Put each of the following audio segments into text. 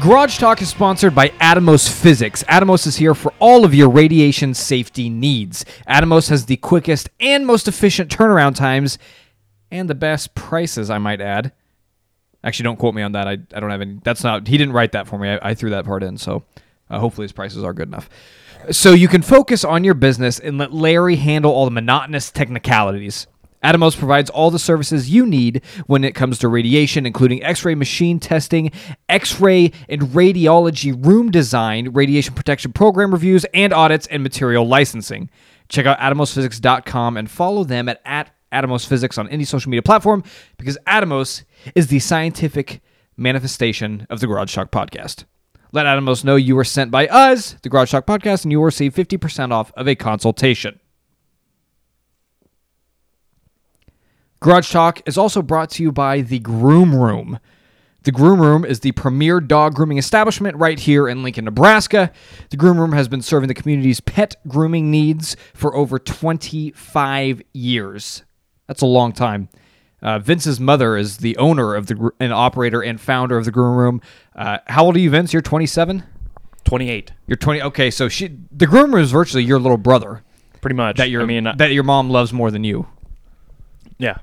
Garage Talk is sponsored by Atomos Physics. Atomos is here for all of your radiation safety needs. Atomos has the quickest and most efficient turnaround times and the best prices, I might add. Actually, don't quote me on that. I, I don't have any. That's not. He didn't write that for me. I, I threw that part in. So uh, hopefully his prices are good enough. So you can focus on your business and let Larry handle all the monotonous technicalities. Atomos provides all the services you need when it comes to radiation, including x ray machine testing, x ray and radiology room design, radiation protection program reviews, and audits and material licensing. Check out atomosphysics.com and follow them at, at Atomos Physics on any social media platform because Atomos is the scientific manifestation of the Garage Shock podcast. Let Atomos know you were sent by us, the Garage Shock podcast, and you will receive 50% off of a consultation. Garage Talk is also brought to you by The Groom Room. The Groom Room is the premier dog grooming establishment right here in Lincoln, Nebraska. The Groom Room has been serving the community's pet grooming needs for over 25 years. That's a long time. Uh, Vince's mother is the owner of the gr- and operator and founder of the Groom Room. Uh, how old are you, Vince? You're 27. 28, You're 20. Okay, so she, the Groom Room is virtually your little brother pretty much. that your I mean, uh, that your mom loves more than you. yeah.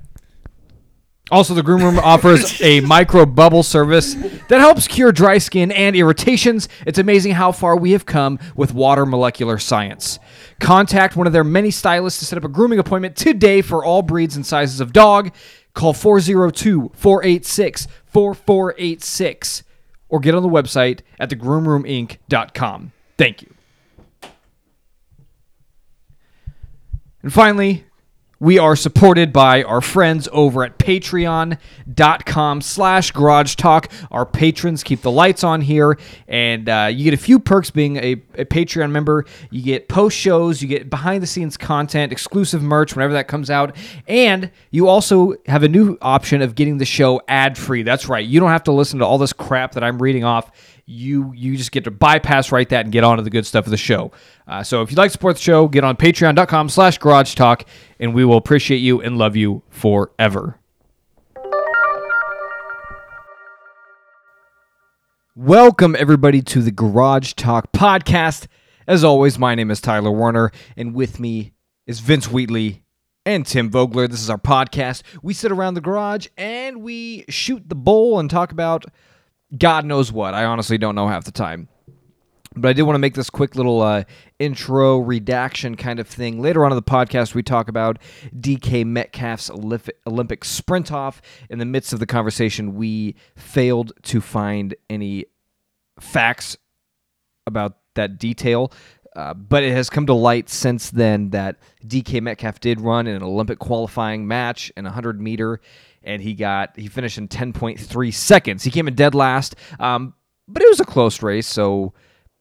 Also, the Groom Room offers a micro bubble service that helps cure dry skin and irritations. It's amazing how far we have come with water molecular science. Contact one of their many stylists to set up a grooming appointment today for all breeds and sizes of dog. Call 402 486 4486 or get on the website at thegroomroominc.com. Thank you. And finally, we are supported by our friends over at patreon.com slash garage talk. Our patrons keep the lights on here, and uh, you get a few perks being a, a Patreon member. You get post shows, you get behind the scenes content, exclusive merch whenever that comes out, and you also have a new option of getting the show ad free. That's right. You don't have to listen to all this crap that I'm reading off you you just get to bypass right that and get on to the good stuff of the show. Uh, so if you'd like to support the show, get on patreon.com slash garage talk and we will appreciate you and love you forever. Welcome everybody to the Garage Talk podcast. As always, my name is Tyler Warner and with me is Vince Wheatley and Tim Vogler. This is our podcast. We sit around the garage and we shoot the bowl and talk about God knows what. I honestly don't know half the time. But I did want to make this quick little uh, intro redaction kind of thing. Later on in the podcast, we talk about DK Metcalf's Olymp- Olympic sprint off. In the midst of the conversation, we failed to find any facts about that detail. Uh, but it has come to light since then that DK Metcalf did run in an Olympic qualifying match in 100 meter, and he got he finished in 10.3 seconds. He came in dead last, um, but it was a close race, so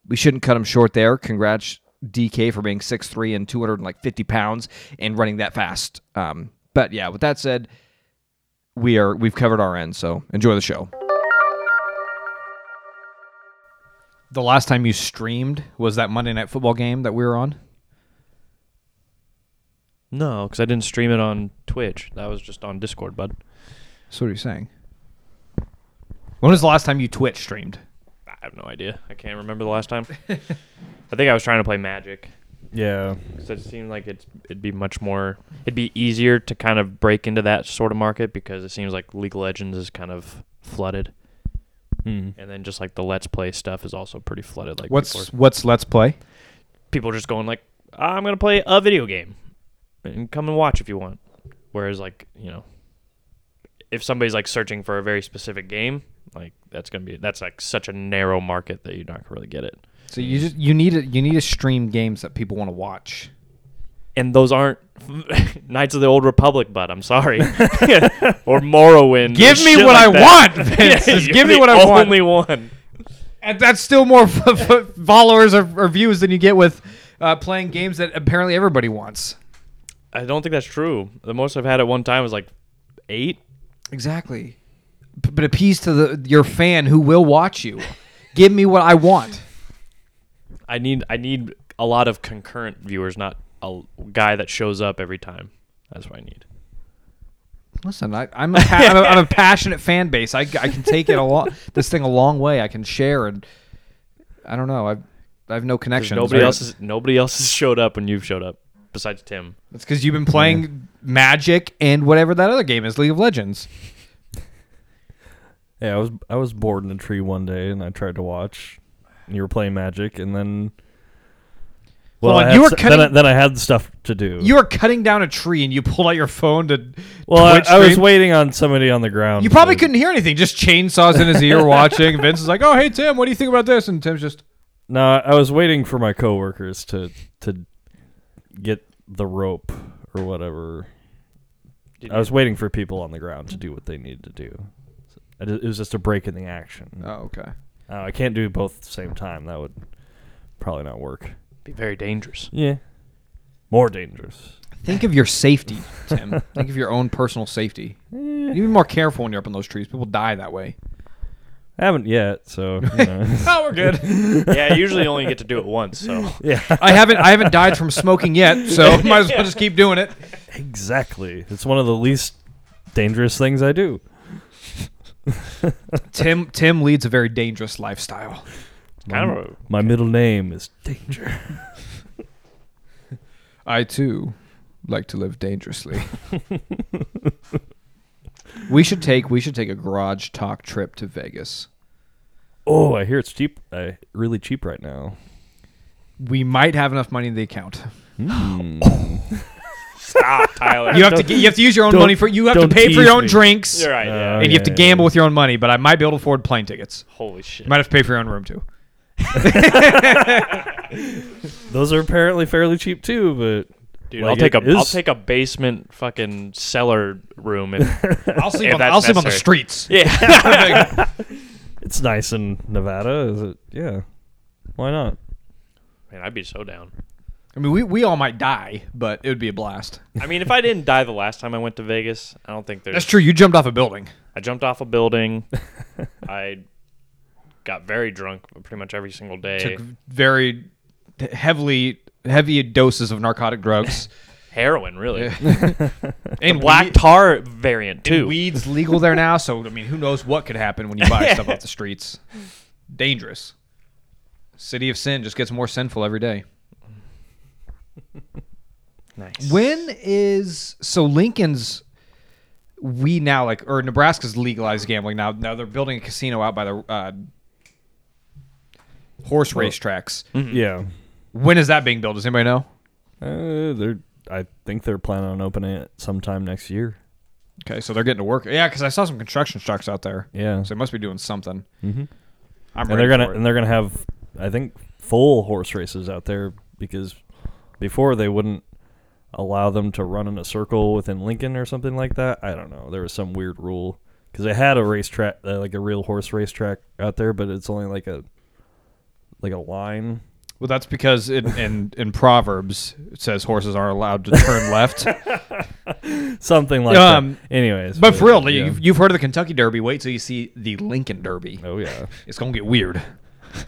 we shouldn't cut him short there. Congrats DK for being 6'3 and 250 pounds and running that fast. Um, but yeah, with that said, we are we've covered our end, so enjoy the show. The last time you streamed was that Monday night football game that we were on. No, because I didn't stream it on Twitch. That was just on Discord, bud. So what are you saying? When was the last time you Twitch streamed? I have no idea. I can't remember the last time. I think I was trying to play Magic. Yeah. Because it seemed like it's, it'd be much more, it'd be easier to kind of break into that sort of market because it seems like League of Legends is kind of flooded. Mm. And then just like the Let's Play stuff is also pretty flooded. Like What's people are- what's Let's Play? people are just going like, I'm gonna play a video game, and come and watch if you want. Whereas like you know, if somebody's like searching for a very specific game, like that's gonna be that's like such a narrow market that you're not gonna really get it. So you just you need to, you need to stream games that people want to watch. And those aren't Knights of the Old Republic, but I'm sorry, or Morrowind. or Give me shit what like I that. want, Vince. Just you're give me the what I want. Only one. And that's still more f- f- followers or, or views than you get with uh, playing games that apparently everybody wants. I don't think that's true. The most I've had at one time was like eight. Exactly. P- but appease to the your fan who will watch you. Give me what I want. I need I need a lot of concurrent viewers, not a l- guy that shows up every time. That's what I need. Listen, I, I'm, a pa- I'm, a, I'm a passionate fan base. I, I can take it a lot. This thing a long way. I can share, and I don't know. I I have no connection. Nobody else has nobody else has showed up when you've showed up besides Tim. It's because you've been playing Magic and whatever that other game is, League of Legends. Yeah, I was I was bored in a tree one day and I tried to watch. and You were playing Magic and then. Well, Hold I on, had you were s- cutting- then, I, then I had stuff to do. You are cutting down a tree, and you pull out your phone to. well, I, Twitch I was stream? waiting on somebody on the ground. You probably to- couldn't hear anything. Just chainsaws in his ear, watching. Vince is like, "Oh, hey Tim, what do you think about this?" And Tim's just, No, I was waiting for my coworkers to to get the rope or whatever. I was waiting for people on the ground to do what they needed to do. I ju- It was just a break in the action. "Oh, okay." Uh, I can't do both at the same time. That would probably not work. be very dangerous. Yeah. More dangerous. Think of your safety, Tim. Think of your own personal safety. You need to be more careful when you're up in those trees. People die that way. I haven't yet, so you know. Oh, we're good. yeah, I usually only get to do it once, so yeah, I haven't I haven't died from smoking yet, so might as well just keep doing it. exactly. It's one of the least dangerous things I do. Tim Tim leads a very dangerous lifestyle. kind of a- My middle name is Danger. I too like to live dangerously. we should take we should take a garage talk trip to Vegas. Oh, I hear it's cheap. Uh, really cheap right now. We might have enough money in the account. stop, Tyler. You have to get, you have to use your own Don't- money for you have to don't pay for tease your own me. drinks. You're right. Yeah. Uh, And you have to Okay. gamble with your own money, but I might be able to afford plane tickets. Holy shit. You might have to pay for your own room too. Those are apparently fairly cheap too, but Dude, like, I'll take a it is- will take a basement fucking cellar room if I'll sleep If on, that's I'll sleep on the necessary. streets. Yeah. it's nice in Nevada, is it? Yeah. Why not? Man, I'd be so down. I mean, we, we all might die, but it would be a blast. I mean, if I didn't die the last time I went to Vegas, I don't think there's That's true. You jumped off a building. I jumped off a building. I got very drunk pretty much every single day. Took very heavily heavy doses of narcotic drugs. Heroin, really. and Black tar variant weed, too. weed's legal there now, so I mean, who knows what could happen when you buy stuff off the streets? Dangerous. City of Sin just gets more sinful every day. nice. When is so Lincoln's? We now like or Nebraska's legalized gambling now. Now they're building a casino out by the uh, horse racetracks. Yeah. When is that being built? Does anybody know? Uh, they're I think they're planning on opening it sometime next year. Okay, so they're getting to work. Yeah, because I saw some construction trucks out there. Yeah. So they must be doing something. Mhm. I'm and ready they're gonna for it. and they're gonna have I think full horse races out there because before they wouldn't allow them to run in a circle within Lincoln or something like that. I don't know. There was some weird rule because they had a racetrack uh, like a real horse racetrack out there, but it's only like a like a line. Well, that's because in, in in Proverbs it says horses aren't allowed to turn left. Something like Um, that. Anyways, But for real, yeah. you've, you've heard of the Kentucky Derby. Wait till you see the Lincoln Derby. oh yeah, It's gonna get weird.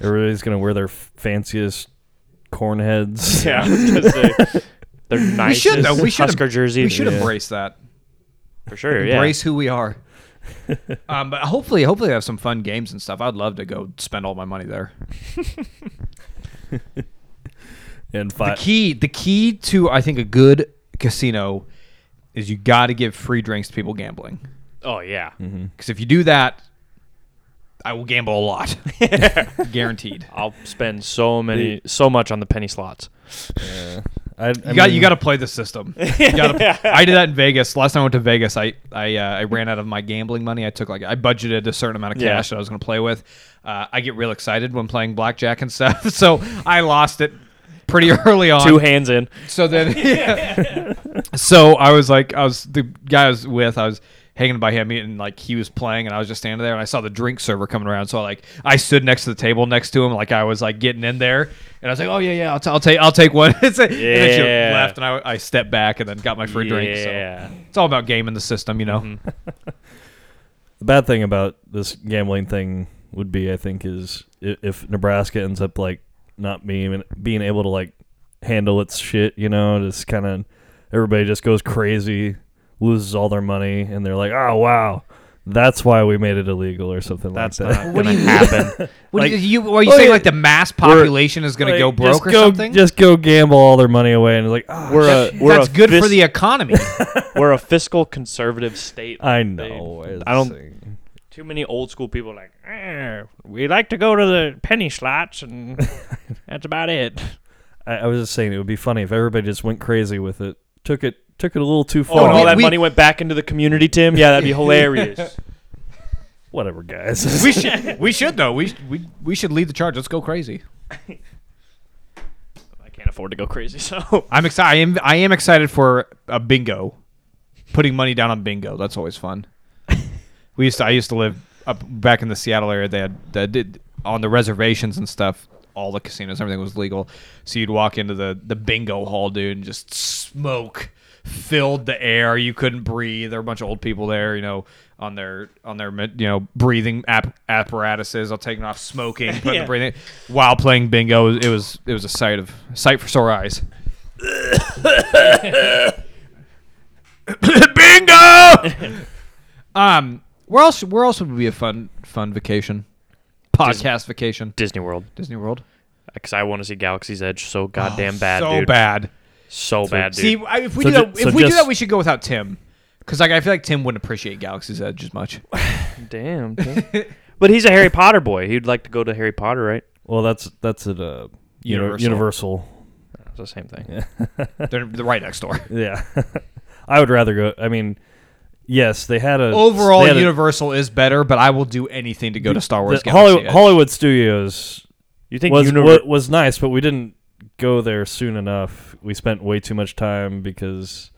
everybody's gonna wear their f- fanciest corn heads. yeah, I was gonna say, they're We nice. should though. We should Husker jerseys. We should yeah. embrace that. for sure. Yeah. Embrace who we are. um, but hopefully, hopefully, they have some fun games and stuff. I'd love to go spend all my money there. and The five. key, the key to I think a good casino is you got to give free drinks to people gambling. Oh yeah. Because if you do that, I will gamble a lot, guaranteed. I'll spend so many, so much on the penny slots. I, I You got mean, you got to play the system. You gotta, I did that in Vegas. Last time I went to Vegas, I I, uh, I ran out of my gambling money. I took like I budgeted a certain amount of Yeah. cash that I was going to play with. Uh, I get real excited when playing blackjack and stuff, so I lost it pretty early on. Two hands in. So then, so I was like, I was the guy I was with, I was hanging by him, and like he was playing, and I was just standing there, and I saw the drink server coming around, so I like I stood next to the table next to him, like I was like getting in there, and I was like, oh yeah, yeah, I'll, t- I'll take, I'll take one. It's a- and then she Yeah. left, and I, I stepped back, and then got my free drink. So Yeah. Mm-hmm. it's all about gaming the system, you know. The bad thing about this gambling thing would be, I think, is i- if Nebraska ends up like not being being able to like handle its shit, you know, just kind of everybody just goes crazy, loses all their money, and they're like, "Oh wow, that's why we made it illegal" or something That's like that. not What do gonna you- happen. What Like- do you, you, are you Oh, saying yeah. like the mass population is going to Like, go broke just or go, something? Just go gamble all their money away, and it's like, "Ah, We're a we're That's a good for fis- the economy. we're a fiscal conservative state. They- I know. it's- I don't- Too many old school people are like "Eh, we like to go to the penny slots and that's about it. I, I was just saying it would be funny if everybody just went crazy with it, took it, took it a little too Oh, far. and all we- that we- money went back into the community, Tim. Yeah, that'd be hilarious. Whatever, guys. we should we should though. We we we should lead the charge. Let's go crazy. I can't afford to go crazy, so I'm excited. I am, I am excited for a bingo. Putting money down on bingo. That's always fun. we used to, I used to live up back in the Seattle area. They had that did on the reservations and stuff. All the casinos, everything was legal. So you'd walk into the the bingo hall, dude, and just smoke filled the air. You couldn't breathe. There were a bunch of old people there, you know, on their on their you know breathing app- apparatuses. I'll taking off smoking, putting Yeah. breathing while playing bingo. It was it was a sight of sight for sore eyes. Bingo. um, where else? Where else would be a fun fun vacation? Podcast vacation. Disney World. Disney World. Because I want to see Galaxy's Edge Oh, so goddamn bad, so dude. bad. So bad, dude. See, I, if we So do that, ju- so if we do just- that, we should go without Tim, because like I feel like Tim wouldn't appreciate Galaxy's Edge as much. Damn. Tim. but he's a Harry Potter boy. He'd like to go to Harry Potter, right? well, that's that's at uh, uni- Universal. Universal. It's the same thing. They're, they're right next door. Yeah, I would rather go. I mean, yes, they had a Overall, they had a- Universal is better, but I will do anything to go to Star Wars. the Galaxy Hollywood, Edge. Hollywood Studios You think was Univer- wa- was nice, but we didn't go there soon enough. We spent way too much time because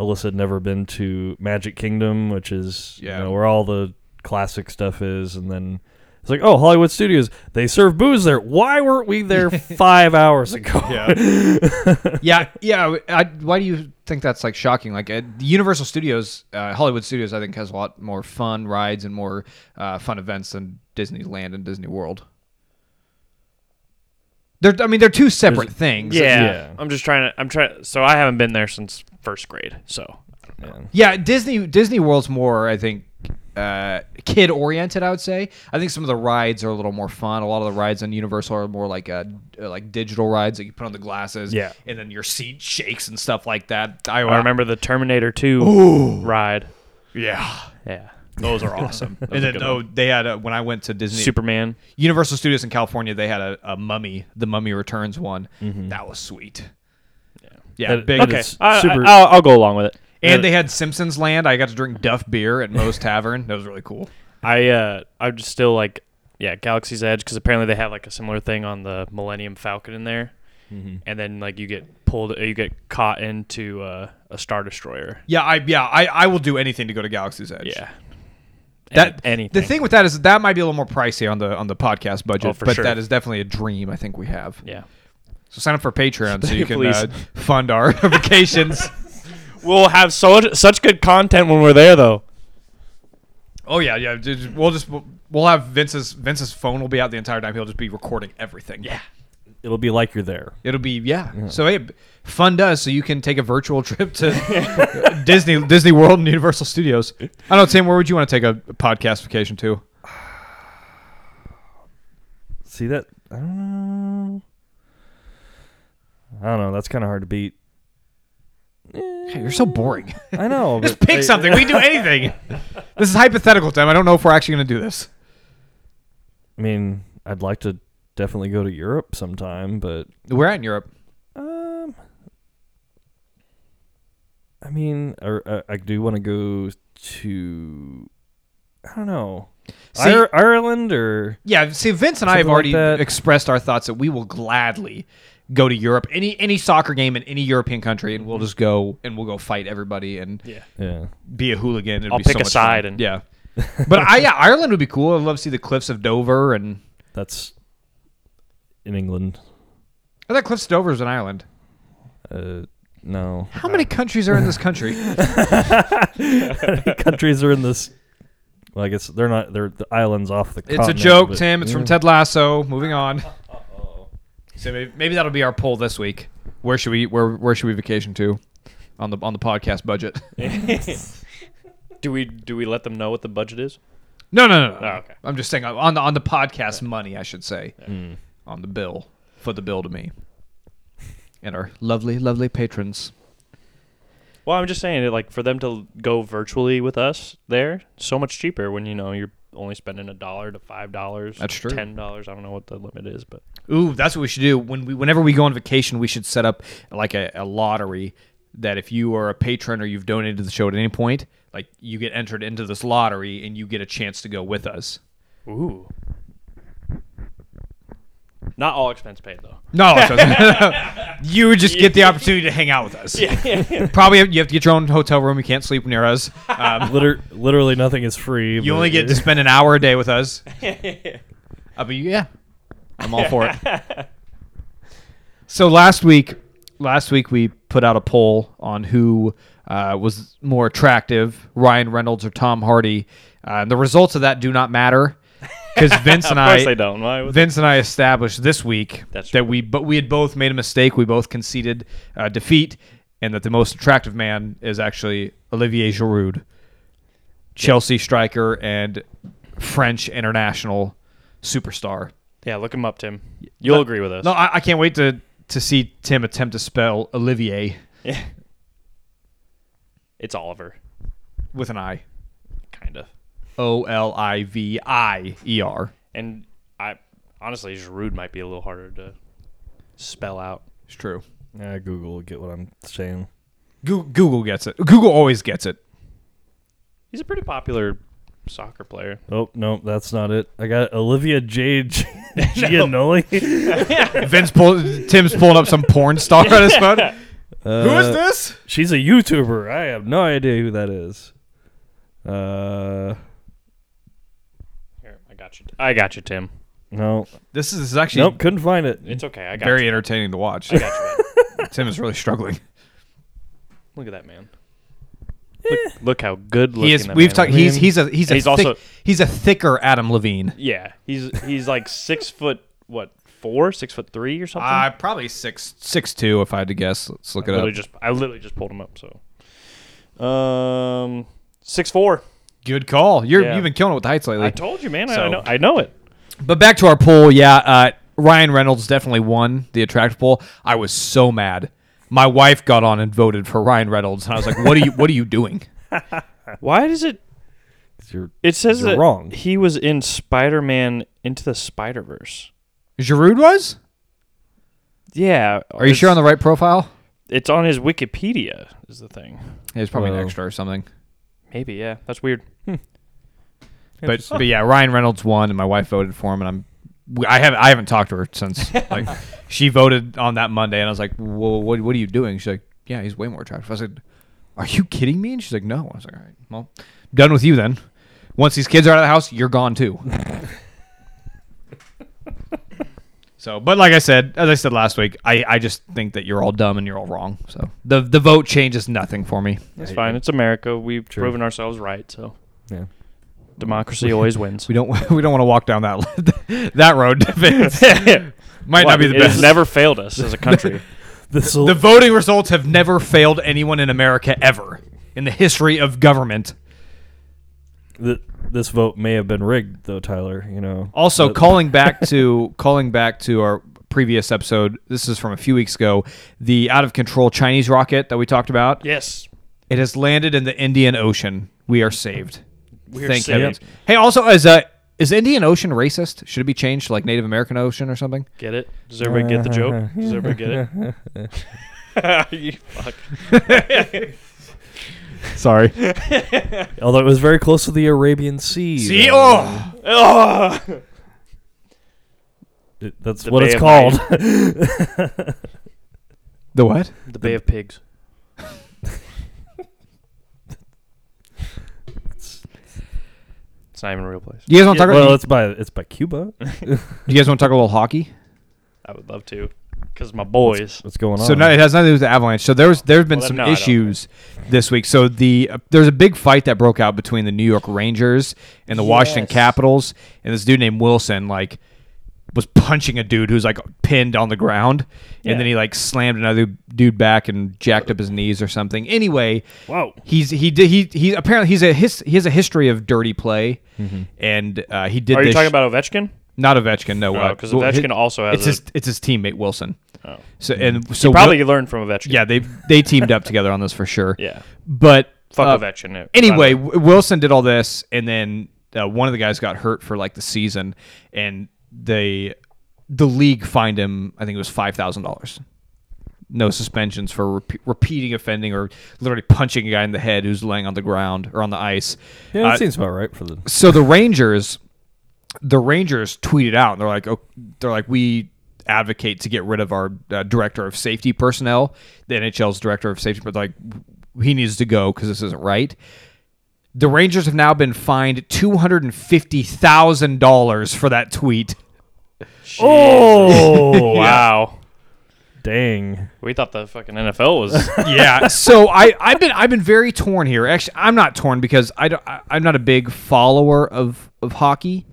Alyssa had never been to Magic Kingdom, which is Yeah. you know, where all the classic stuff is, and then it's like, oh, Hollywood Studios, they serve booze there. Why weren't we there five hours ago? Yeah. yeah, yeah. I, why do you think that's like shocking? Like uh, Universal Studios, uh, Hollywood Studios, I think has a lot more fun rides and more uh, fun events than Disneyland and Disney World. They're, I mean, they're two separate things. yeah, Yeah. I'm just trying to. I'm trying. So I haven't been there since first grade. So Man. Yeah, Disney Disney World's more, I think, uh, kid oriented. I would say. I think some of the rides are a little more fun. A lot of the rides on Universal are more like uh, uh, like digital rides that you put on the glasses. Yeah. Uh, and then your seat shakes and stuff like that. I, I remember the Terminator 2 ride. Yeah, Yeah. those are awesome. was and a then good no, they had a, when I went to Disney Superman. Universal Studios in California, they had a, a Mummy, the Mummy Returns one. That was sweet. Mm-hmm. Yeah, That- big. that Okay. is I, super- I, will I'll go along with it. And they had Simpsons Land. I got to drink Duff beer at Moe's Tavern. That was really cool. I uh I'm just still like yeah Galaxy's Edge because apparently they had like a similar thing on the Millennium Falcon in there, Mm-hmm. and then like you get pulled you get caught into uh, a Star Destroyer. Yeah, I yeah, I, I will do anything to go to Galaxy's Edge. Yeah. That Any- anything. The thing with that is that might be a little more pricey on the on the podcast budget, Oh, for but sure. that is definitely a dream I think we have. Yeah. So sign up for Patreon so you can Please. uh, fund our vacations. We'll have so such good content when we're there though. Oh yeah, yeah. ju- ju- We'll just we'll- we'll have Vince's Vince's phone will be out the entire time. He'll just be recording everything. Yeah, It'll be like you're there. it'll be yeah. So hey, fund us so you can take a virtual trip to Disney Disney World and Universal Studios. I don't know, Tim. Where would you want to take a podcast vacation to? See that? I don't know. I don't know. That's kind of hard to beat. Hey, you're so boring. I know. Just but pick I- something. We can do anything. This is hypothetical, Tim. I don't know if we're actually going to do this. I mean, I'd like to definitely go to Europe sometime, but We're out in Europe. um, I mean, I, I, I do want to go to. I don't know. See- Ir- Ireland or Yeah, see, Vince and I Something have like already that. expressed our thoughts that we will gladly go to Europe, any any soccer game in any European country, and we'll just go and we'll go fight everybody and Yeah. yeah. be a hooligan. It'd I'll be pick so a much side fun. and- yeah, but I yeah, Ireland would be cool. I'd love to see the cliffs of Dover and That's in England. I thought oh, cliffs of Dover is in Ireland. Uh, no. How many countries are in this country? countries are in this. Well, I guess they're not. They're the islands off the. It's a continent, joke, but- Tim. It's from Yeah. Ted Lasso. Moving on. So maybe, maybe that'll be our poll this week. Where should we where where should we vacation to? on the on the podcast budget. do we do we let them know what the budget is? no, no, no. no. Oh, okay. I'm just saying uh, on the on the podcast money, I should say, on the bill for the bill to me, and our lovely, lovely patrons. Well, I'm just saying it like for them to go virtually with us there, so much cheaper when you know you're only spending a dollar to five dollars. That's true. Ten dollars. I don't know what the limit is, but Ooh, that's what we should do. When we, whenever we go on vacation, we should set up like a, a lottery that if you are a patron or you've donated to the show at any point, like you get entered into this lottery and you get a chance to go with us. ooh. Not all expense paid though. No, you would just get the opportunity to hang out with us. Probably you have to get your own hotel room. You can't sleep near us. Um, Liter- literally nothing is free. you but only get to spend an hour a day with us. Uh, but yeah, I'm all for it. so last week, last week we put out a poll on who uh, was more attractive, Ryan Reynolds or Tom Hardy. Uh, and the results of that do not matter because Vince and Of course I, they don't. Why would Vince and I established this week That's that right. we, but we had both made a mistake. We both conceded uh, defeat, and that the most attractive man is actually Olivier Giroud, Chelsea striker and French international superstar. Yeah, look him up, Tim. You'll agree with us. No, I, I can't wait to to see Tim attempt to spell Olivier Yeah. It's Oliver, with an I. kind of. O L I V I E R. And I honestly, Giroud might be a little harder to spell out. It's true. Yeah, Google will get what I'm saying. Goo- Google gets it. Google always gets it. He's a pretty popular soccer player. Oh no, that's not it. I got Olivia Jade G- Giannoli. Vince pull, Tim's pulling up some porn star on his phone. Who is Uh, this? She's a YouTuber. I have no idea who that is. Uh, Here, I got you. I got you, Tim. no, This is, this is actually nope, couldn't find it. It's okay. I got very you. entertaining to watch. I got you. man. Tim is really struggling. Look at that man. Look, look how good looking Eh. He is. that We've man talked. is. He's he's a he's a He's thick, also- he's a thicker Adam Levine. Yeah, he's he's like six foot what four, six foot three or something. Uh, probably six six two if I had to guess. Let's look I it up. literally just I literally just pulled him up. So, um, six four. Good call. You're Yeah. you've been killing it with the heights lately. I told you, man. I- So- I know. I know it. But back to our poll, yeah, uh, Ryan Reynolds definitely won the attractive poll. I was so mad. My wife got on and voted for Ryan Reynolds, and I was like, "What are you? What are you doing?" Why does it? You're- It says You're that wrong. he was in Spider Man Into the Spider Verse. Giroud was. Yeah. Are you sure on the right profile? It's on his Wikipedia. Is the thing. It was probably an Well. extra or something. Maybe. Yeah. That's weird. But but yeah, Ryan Reynolds won, and my wife voted for him, and I'm. we- I haven't I haven't talked to her since like she voted on that Monday, and I was like, "Well, what what are you doing?" She's like, "Yeah, he's way more attractive." I said, "Are you kidding me?" And she's like, "No." I was like, "All right, well, done with you then. Once these kids are out of the house, you're gone too." so, but like I said, as I said last week, I I just think that you're all dumb and you're all wrong. So the the vote changes nothing for me. That's I- fine. It's America. We've True. proven ourselves right. So Yeah. democracy always wins. We don't we don't want to walk down that that road. Vince. Might not be the it best. Has never failed us as a country. This The voting results have never failed anyone in America ever in the history of government. th- this vote may have been rigged, though, Tyler. You know. Also, But- calling back to calling back to our previous episode. This is from a few weeks ago. The out of control Chinese rocket that we talked about. yes. It has landed in the Indian Ocean. We are saved. We're Thank saved. heavens. Hey, also is uh, is Indian Ocean racist? Should it be changed to like Native American Ocean or something? Get it? Does everybody get the joke? Does everybody get it? you fuck. Sorry. Although it was very close to the Arabian Sea. See, though. oh, Oh. It- that's The what Bay it's of called. the what? The Bay of Pigs. it's not even a real place. You guys want to talk? well, about, it's by it's by Cuba. you guys want to talk a little hockey? I would love to, because my boys. What's going on? So no, it has nothing to do with the Avalanche. So there's there's been Well, some no, I don't issues this week. So the uh, there's a big fight that broke out between the New York Rangers and the Washington Yes. Capitals, and this dude named Wilson like was punching a dude who's like pinned on the ground, Yeah. and then he like slammed another dude back and jacked up his knees or something. Anyway, Whoa. he's he did he he apparently he's a his he has a history of dirty play, and uh, he did. Are you this talking about Ovechkin? not Ovechkin? No, uh, because well, Ovechkin his- also has it's a- Oh. his it's his teammate Wilson. So and so Probably Wil- learned from Ovechkin. yeah they they teamed up together on this for sure. Yeah. but Fuck uh, Ovechkin. uh, anyway, W- Wilson did all this, and then uh, one of the guys got hurt for like the season, and they the league fined him. I think it was five thousand dollars. No suspensions for repe repeating offending or literally punching a guy in the head who's laying on the ground or on the ice. Yeah, that Uh, seems about right for the. so the Rangers, the Rangers tweeted out, and they're like, oh, they're like, we advocate to get rid of our uh, director of safety personnel, the NHL's director of safety, but like, he needs to go because this isn't right. The Rangers have now been fined two hundred and fifty thousand dollars for that tweet. Oh wow! Dang. We thought the fucking NFL was. yeah. So I I've been I've been very torn here. Actually, I'm not torn because I don't, I, I'm not a big follower of of hockey,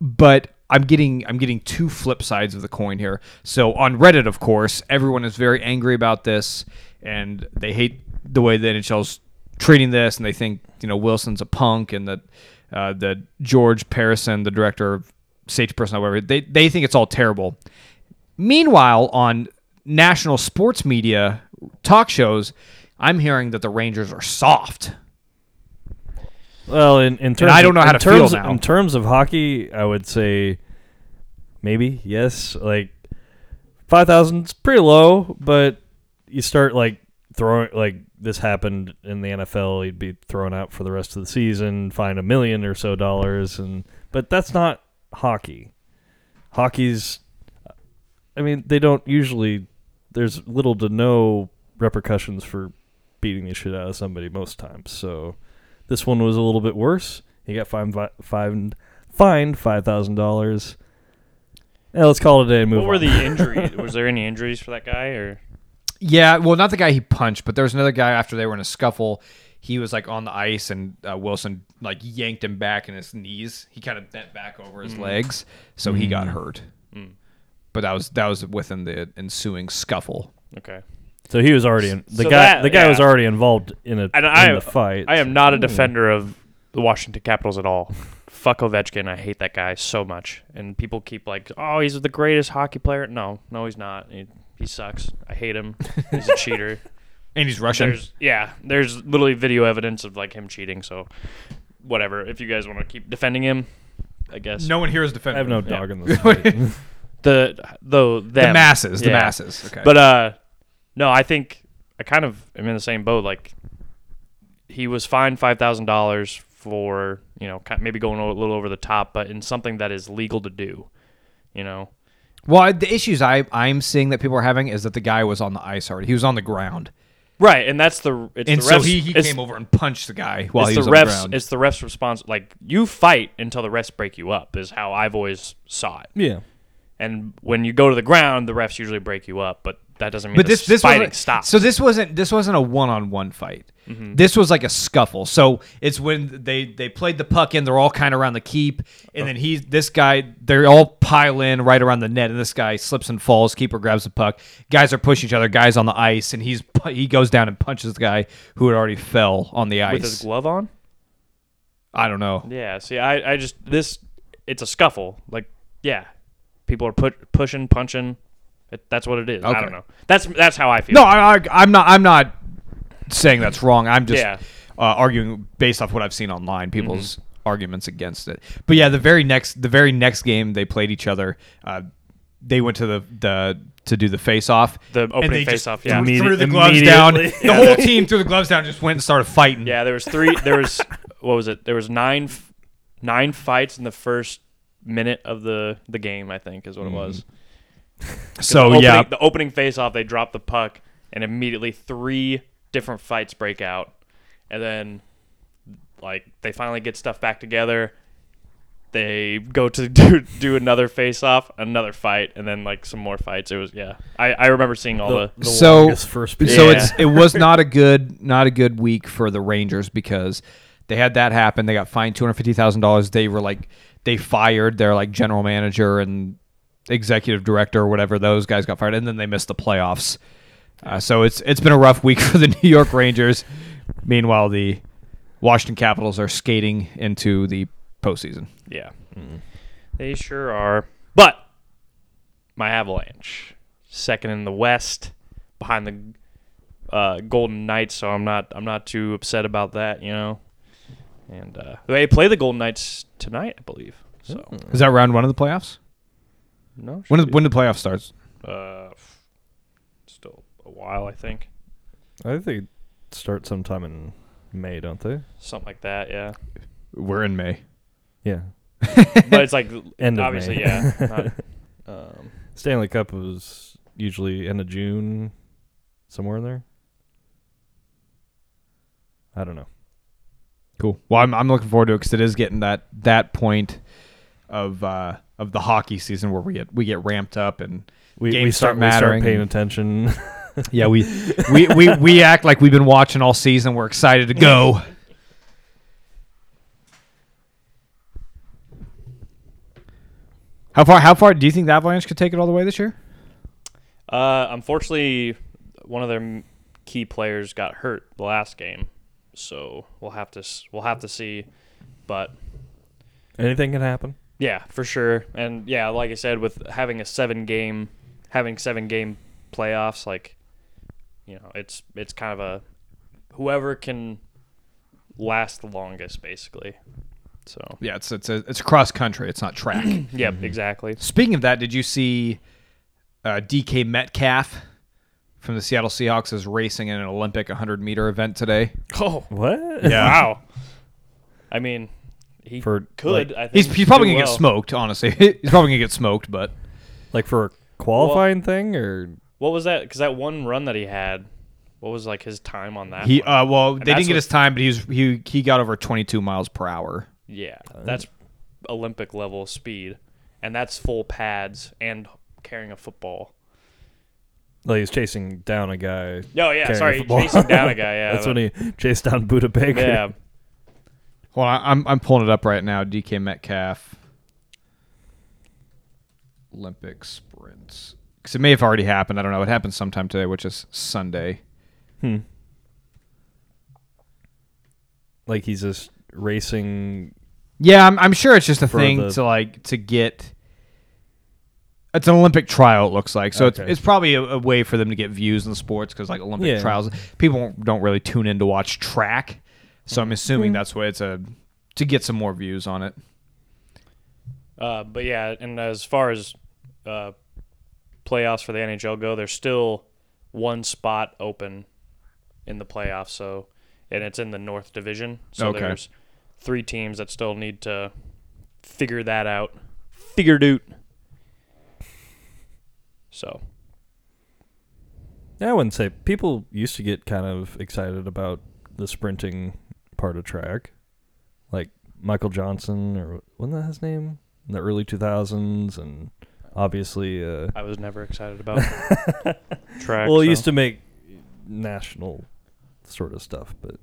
but I'm getting I'm getting two flip sides of the coin here. So on Reddit, of course, everyone is very angry about this and they hate the way the NHL's treating this, and they think you know Wilson's a punk and that uh, that George Parison, the director of safety personnel, whatever, they they think it's all terrible. Meanwhile, on national sports media talk shows, I'm hearing that the Rangers are soft. Well, in, in terms, I don't know of, how in to feel terms, now. In terms of hockey, I would say maybe yes. Like five thousand is pretty low, but you start like throwing like this happened in the NFL, you'd be thrown out for the rest of the season, fine a million or so dollars, and but that's not hockey. Hockey's, I mean, they don't usually. There's little to no repercussions for beating the shit out of somebody most times. So this one was a little bit worse. He got fined vi- fined fined five thousand dollars. Yeah, let's call it a day and move what were on. the injuries? Was there any injuries for that guy? Or Yeah, well, not the guy he punched, but there was another guy after they were in a scuffle. He was like on the ice, and uh, Wilson like yanked him back in his knees. He kind of bent back over his legs, so he got hurt. But that was that was within the ensuing scuffle. okay, so he was already in, the So guy. that- the guy was yeah. already involved in a And in I- the fight. Hmm. I am not a defender of the Washington Capitals at all. Fuck Ovechkin. I hate that guy so much. And people keep like, oh, he's the greatest hockey player. No, no, he's not. He, he sucks. I hate him. He's a cheater. And he's Russian. There's yeah, there's literally video evidence of like him cheating. So whatever. If you guys want to keep defending him, I guess no one here is I defending. have no him. dog in this. fight. the though The masses, the masses. Okay, But uh, no, I think I kind of am in the same boat. Like he was fined five thousand dollars for you know ki- maybe going a little over the top, but in something that is legal to do. You know, well, I- the issues I I'm seeing that people are having is that the guy was on the ice already. He was on the ground. right? And that's the it's and the so refs. he, he it's, came over and punched the guy while it's he was the on the refs. ground. it's the refs' response. Like you fight until the refs break you up is how I've always saw it. yeah. And when you go to the ground, the refs usually break you up, but that doesn't mean but the this this fighting wasn't- stops. So this wasn't this wasn't a one on one fight. Mm-hmm. This was like a scuffle. So it's when they they played the puck in. They're all kind of around the keep, Oh. and then he's this guy. They all pile in right around the net, and this guy slips and falls. Keeper grabs the puck. Guys are pushing each other. Guys on the ice, and he's pu- he goes down and punches the guy who had already fell on the with his ice. glove on. I don't know. Yeah. See, I, I just this, it's a scuffle. Like, yeah, people are put pushing, punching. It, that's what it is. I Okay. don't know. That's that's how I feel. No, I, I, I'm not. I'm not saying that's wrong. I'm just Yeah. Mm-hmm. uh, arguing based off what I've seen online. People's arguments against it. But yeah, the very next, the very next game they played each other. Uh, they went to the the to do the face off. The opening face-off, yeah. Threw the Immedi- gloves down. The immediately. whole team threw the gloves down. and Just went and started fighting. Yeah, there was three. There was what was it? There was nine, f- nine fights in the first minute of the the game. I think is what Mm-hmm. it was. 'Cause So the opening, yeah, the opening face off, they drop the puck, and immediately three different fights break out, and then like they finally get stuff back together. They go to do do another face off, another fight, and then like some more fights. It was yeah. I, I remember seeing all the, The So- longest first period. So Yeah. it's it was not a good not a good week for the Rangers because they had that happen. They got fined two hundred fifty thousand dollars. They were like they fired their like general manager and executive director or whatever, those guys got fired, and then they missed the playoffs. Uh, so it's it's been a rough week for the New York Rangers. Meanwhile, the Washington Capitals are skating into the postseason. Yeah. Mm-hmm. They sure are. But my Avalanche, second in the West, behind the uh, Golden Knights, so I'm not I'm not too upset about that, you know. And uh, they play the Golden Knights tonight, I believe. So Hmm. Is that round one of the playoffs? no, When should did, when the playoff starts? be, uh, f- still a while, I think, I think they start sometime in May, don't they? something like that. Yeah, We're in May. Yeah. but it's like End of obviously, May. yeah. not- um, Stanley Cup was usually end of June, somewhere in there. I don't know. Cool. Well, I'm, I'm looking forward to it because it is getting that that point of uh, of the hockey season where we get we get ramped up and We, we Games start, start we start mattering. paying attention. yeah we we, we we act like we've been watching all season. We're excited to go. How far? How far do you think the Avalanche could take it all the way this year? Uh, unfortunately, one of their m- key players got hurt the last game, so we'll have to s- we'll have to see. But Anything can happen. yeah, for sure. And yeah, like I said, with having a seven game, having seven game playoffs, like you know, it's it's kind of a whoever can last the longest, basically. So Yeah, it's it's a, it's cross country. It's not track. yeah, Mm-hmm. exactly. Speaking of that, did you see uh, DK Metcalf from the Seattle Seahawks is racing in an Olympic 100 meter event today? Oh What? wow! I mean, he For, could. like- I think He's, he's probably do gonna well. get smoked. Honestly, he's probably gonna get smoked. But Like for a qualifying thing or What was that? Because that one run that he had, what was like his time on that? he one? uh, well, they that's didn't what- get his time, but he was he he got over 22 miles per hour. yeah, that's Olympic level speed, and that's full pads and carrying a football. like he's chasing down a guy. Oh yeah, carrying a sorry, football. chasing down a guy. Yeah, That's when he chased down Buda Baker. Yeah, Well, I, I'm I'm pulling it up right now. DK Metcalf Olympic sprints because it may have already happened. I don't know. It happened sometime today, which is Sunday. Like he's just racing. Yeah, I'm, I'm sure it's just a For thing the- to like to get. It's an Olympic trial. It looks like so. Okay. It's it's probably a, a way for them to get views in the sports because like Olympic Yeah. trials, people don't really tune in to watch track. So I'm assuming that's why it's a to get some more views on it. uh, but yeah, and as far as uh, playoffs for the NHL go, there's still one spot open in the playoffs. So, and it's in the North Division. So Okay. there's three teams that still need to figure that out. Figured out. So Yeah, I wouldn't say people used to get kind of excited about the sprinting part of track, like Michael Johnson or wasn't that his name in the early two thousands, and obviously, uh, I was never excited about track. well, so. he used to make national sort of stuff, but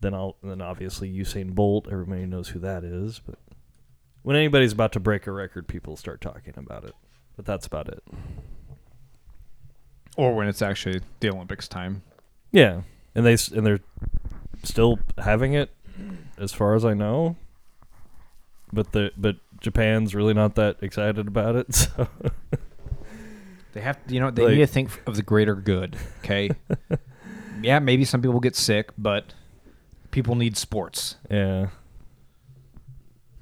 then I'll then obviously Usain Bolt, everybody knows who that is, but when anybody's about to break a record, people start talking about it. But that's about it. Or when it's actually the Olympics time. Yeah, and they s- and they're still having it, as far as I know. But the but Japan's really not that excited about it. So They have you know they Like- need to think of the greater good. Okay. yeah, maybe some people get sick, but people need sports. yeah,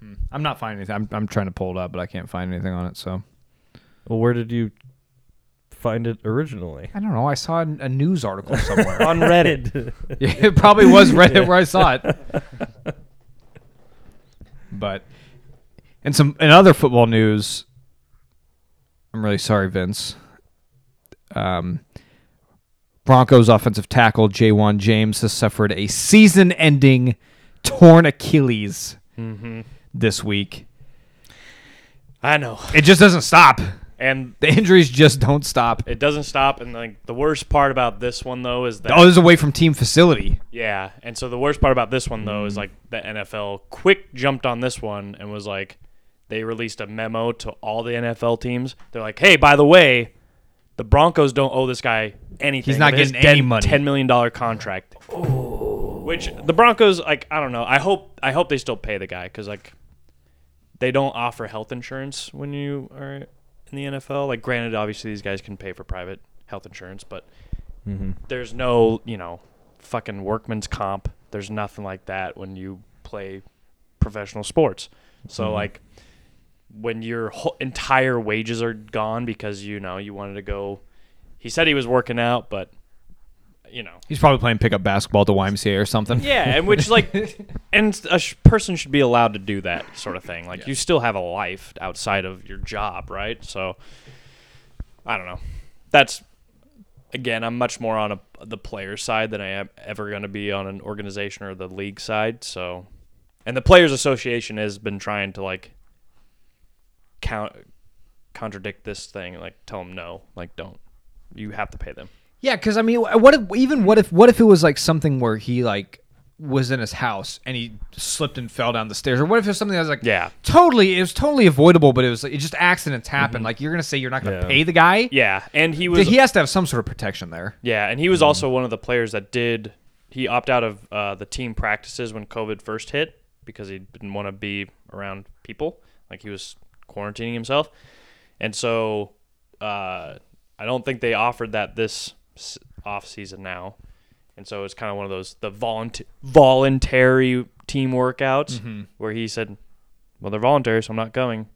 Hmm. I'm not finding anything. I'm I'm trying to pull it up, but I can't find anything on it. So. well, where did you find it originally? I don't know. I saw an- a news article somewhere. on Reddit. Yeah, it probably was Reddit where I saw it. But and some in other football news. I'm really sorry, Vince. Um, Broncos offensive tackle Jaywan James has suffered a season-ending torn Achilles Mm-hmm. this week. I know, It just doesn't stop. and The injuries just don't stop. it doesn't stop. And like the worst part about this one though is that Oh, this is away from team facility. Yeah, and Mm. so the worst part about this one though is like the NFL quick jumped on this one and was like, they released a memo to all the NFL teams. They're like, hey, by the way, the Broncos don't owe this guy anything. He's not This getting any dead money. Ten million dollar contract. Which the Broncos, like, I don't know. I hope I hope they still pay the guy because like they don't offer health insurance when you are in the NFL. Like, granted, obviously these guys can pay for private health insurance, but there's no you know fucking workman's comp. There's nothing like that when you play professional sports. So like when your whole, entire wages are gone because you know you wanted to go. He said he was working out, but you know. He's probably playing pickup basketball at the YMCA or something. Yeah, and which like, and a sh- person should be allowed to do that sort of thing. Like you still have a life outside of your job, right? So, I don't know. That's again, I'm much more on a, the player side than I am ever going to be on an organization or the league side. So, and the players' association has been trying to like count contradict this thing, like tell them no, like don't. You have to pay them. Yeah, because I mean, What if even what if what if it was like something where he like was in his house and he slipped and fell down the stairs, or what if it was something that was like, Yeah. totally, it was totally avoidable, but it was it just accidents happen. Like you're gonna say you're not gonna Yeah. pay the guy. Mm-hmm. Yeah, and he was He has to have some sort of protection there. Yeah, and he was also one of the players that did he opt out of uh, the team practices when COVID first hit because he didn't want to be around people, like he was quarantining himself, and so uh, I don't think they offered that this s- off season now, and so it's kind of one of those the volunteer voluntary team workouts where he said, "Well, they're voluntary, so I'm not going,"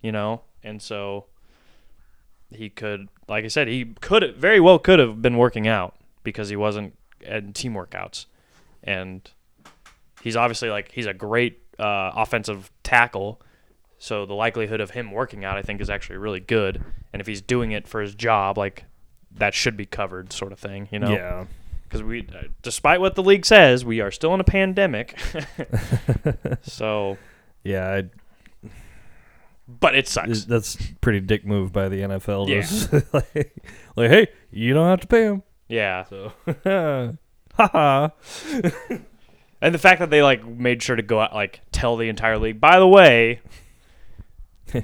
you know, and so he could like i said he could very well could have been working out because he wasn't in team workouts and he's obviously like he's a great uh, offensive tackle so the likelihood of him working out i think is actually really good and if he's doing it for his job like that should be covered sort of thing you know Yeah. because we uh, despite what the league says we are still in a pandemic so Yeah, I, but it sucks is- that's pretty dick move by the NFL. Yeah. Just like, like, hey, you don't have to pay him. yeah So, ha ha. And the fact that they like made sure to go out like tell the entire league. By the way,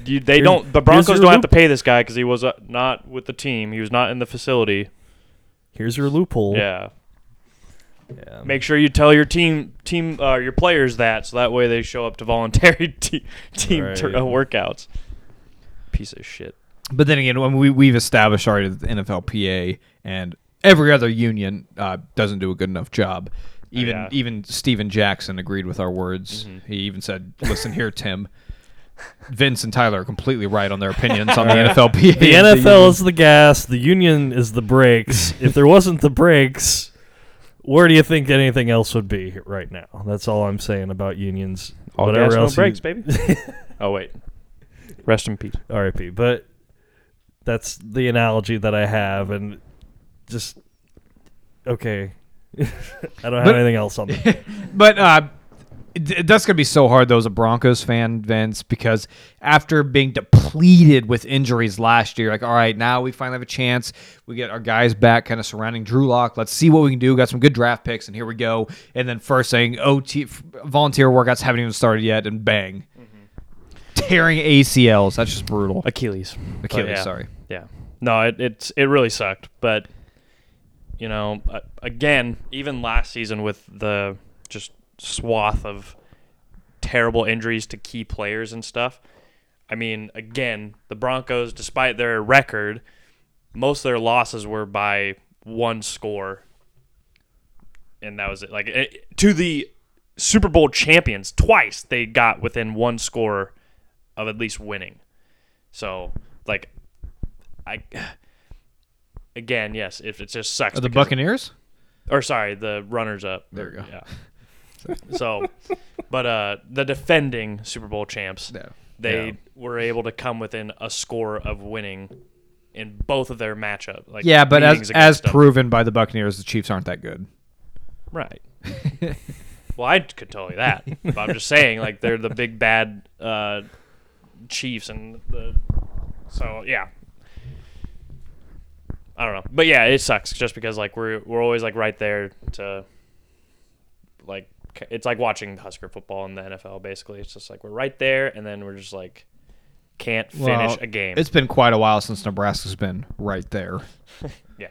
you, they Here's- don't. The here's Broncos your don't have loop. to pay this guy because he was uh, not with the team. He was not in the facility. Here's your loophole. Yeah. Yeah. Make sure you tell your team team uh, your players that so that way they show up to voluntary te- team tur- Right. uh, workouts. Piece of shit. But then again, when we we've established already that the NFLPA and every other union uh, doesn't do a good enough job. Even Yeah. even Steven Jackson agreed with our words. He even said, "Listen here, Tim." Vince and Tyler are completely right on their opinions on the NFLPA. The NFL is the gas. The union is the brakes. if there wasn't the brakes, where do you think anything else would be right now? That's all I'm saying about unions. All Whatever gas, no else you- breaks, baby. oh wait. Rest in peace. R.I.P. But that's the analogy that I have, and just okay. I don't have But- anything else on that. But uh, th- that's going to be so hard, though, as a Broncos fan, Vince, because after being depleted with injuries last year, like, all right, now we finally have a chance. We get our guys back, kind of surrounding Drew Lock. Let's see what we can do. Got some good draft picks, and here we go. And then first thing, OT f- volunteer workouts haven't even started yet, and bang. Mm-hmm. Tearing ACLs. That's just brutal. Achilles. But Achilles, yeah. sorry. Yeah. No, it it's it really sucked, but you know, uh, again, even last season with the just swath of terrible injuries to key players and stuff. I mean, again, the Broncos, despite their record, most of their losses were by one score, and that was it. Like it, to the Super Bowl champions, twice they got within one score of at least winning. So, like, I again, yes, if it just sucks. Are the because- Buccaneers? or sorry, the runners up. There you go. Yeah. so, but uh, the defending Super Bowl champs, Yeah. they Yeah. were able to come within a score of winning in both of their matchup. Like Yeah, but as, as meetings against them. proven by the Buccaneers, the Chiefs aren't that good. right. well, I could tell you that, but I'm just saying, like they're the big bad uh, Chiefs, and the so yeah. I don't know, but yeah, it sucks just because like we're we're always like right there to like c- it's like watching Husker football in the NFL. Basically, it's just like we're right there, and then we're just like can't finish Well, a game. It's been quite a while since Nebraska's been right there. yeah.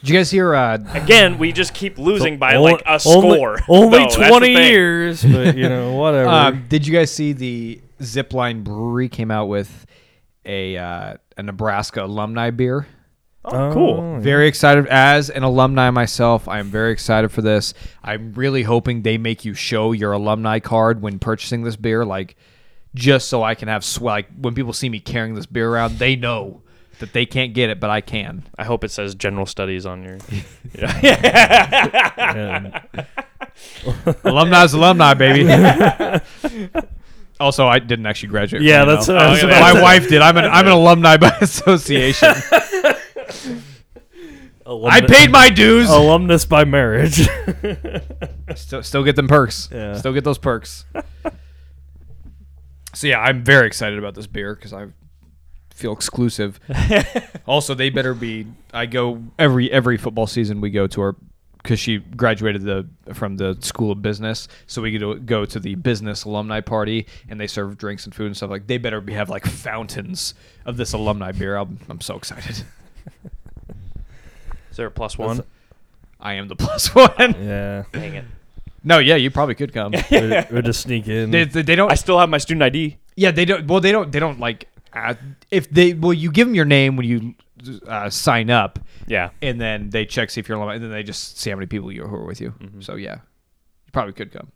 Did you guys hear? Uh, Again, we just keep losing by Only- like a only- score. Only though, that's the twenty thing. years, but you know whatever. um, did you guys see the Zipline Brewery came out with a uh, a Nebraska alumni beer? Oh, cool. Very excited as an alumni myself. I am very excited for this. I'm really hoping they make you show your alumni card when purchasing this beer, like just so I can have sw- like when people see me carrying this beer around, they know that they can't get it, but I can. I hope it says general studies on your. And- Alumni's alumni, baby. also, I didn't actually graduate. yeah, from that's UNL. what I was Oh, about yeah. my to- wife did. I'm an I'm an alumni by association. I Alumni- paid my dues. alumnus by marriage. Still, still get them perks. Yeah. Still get those perks. so yeah, I'm very excited about this beer because I feel exclusive. also, they better be. I go every every football season. We go to our because she graduated the from the school of business, so we get to go to the business alumni party, and they serve drinks and food and stuff like. They better be have like fountains of this alumni beer. I'm, I'm so excited. Is there a plus one? I am the plus one. yeah, Dang it! No, yeah, you probably could come. we we just sneak in. They, they they don't. I still have my student ID. Yeah, they don't. Well, they don't. They don't like add, if they. Well, you give them your name when you uh, sign up, Yeah. and then they check see if you're alumni, and then they just see how many people you who are with you. So yeah, you probably could come.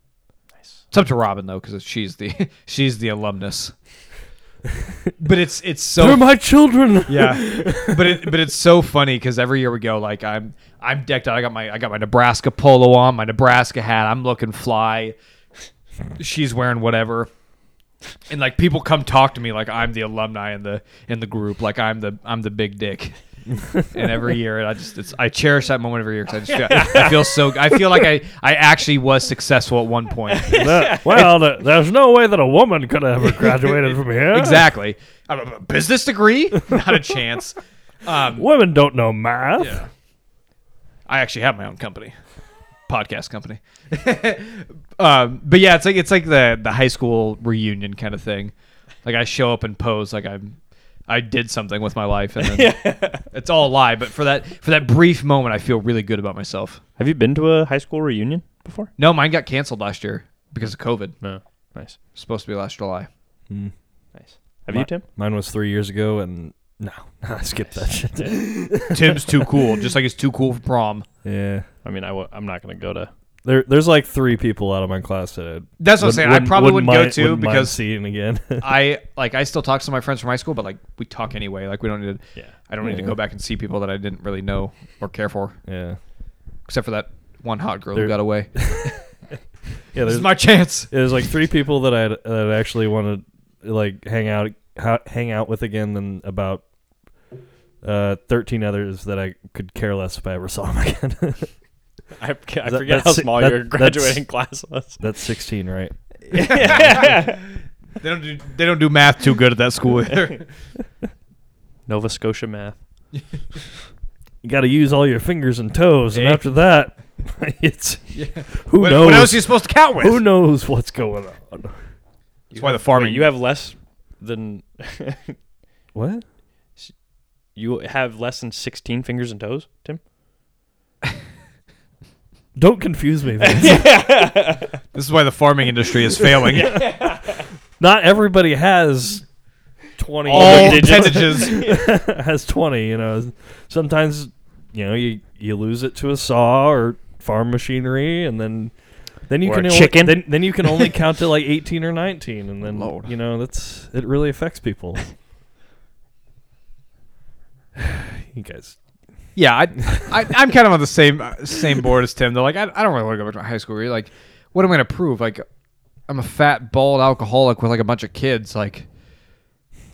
Nice. It's up to Robin though, because she's the she's the alumnus. but it's it's so They're my children. yeah, but it but it's so funny because every year we go like I'm I'm decked out. I got my I got my Nebraska polo on, my Nebraska hat. I'm looking fly. She's wearing whatever, and like people come talk to me like I'm the alumni in the in the group. Like I'm the I'm the big dick. and every year, I just it's, I cherish that moment every year because I just feel, I feel so I feel like I I actually was successful at one point. That- well, th- there's no way that a woman could have ever graduated from here. Exactly. I have a business degree, not a chance. Um, Women don't know math. Yeah. I actually have my own company, podcast company. um, but yeah, it's like it's like the the high school reunion kind of thing. Like I show up and pose like I'm I did something with my life, and then it's all a lie. But for that for that brief moment, I feel really good about myself. Have you been to a high school reunion before? No, mine got canceled last year because of COVID. No. Nice. supposed to be last July. Nice. Have Mi- you, Tim? Mine was three years ago, and no, I skipped that shit. Tim's too cool, just like it's too cool for prom. yeah, I mean, I w- I'm not gonna go to. there, there's like three people out of my class that I That's what I'm would- saying. I probably wouldn't, mind- go to wouldn't mind because seeing again. I like I still talk to my friends from high school, but like we talk anyway. Like we don't need to. Yeah. I don't need to Yeah. go back and see people that I didn't really know or care for, yeah, except for that one hot girl There- who got away. yeah. this There's is my chance. there's like three people that I that I actually want to like hang out ha- hang out with again, than about uh, thirteen others that I could care less if I ever saw them again. I, I forget that's how si- small that- your that's- graduating class was. That's sixteen, right? They don't do they don't do math too good at that school either. Nova Scotia math. You got to use all your fingers and toes, and Eh? after that, it's who what, knows what else are you supposed to count with? who knows what's going on. That's why the farming. Wait, you have less than What? you have less than 16 fingers and toes, Tim. Don't confuse me. Vince. this is why the farming industry is failing. Not everybody has twenty. All Digits. percentages. has 20 you know sometimes you know you you lose it to a saw or farm machinery and then then you Or can a only, chicken. then, then you can only count to like 18 or 19 and then Lord. you know that's it really affects people you guys yeah, I, I I'm kind of on the same same board as Tim. Though, like I, I don't really want to go back to high school. Really. Like, what am I going to prove? Like, I'm a fat bald alcoholic with like a bunch of kids. Like,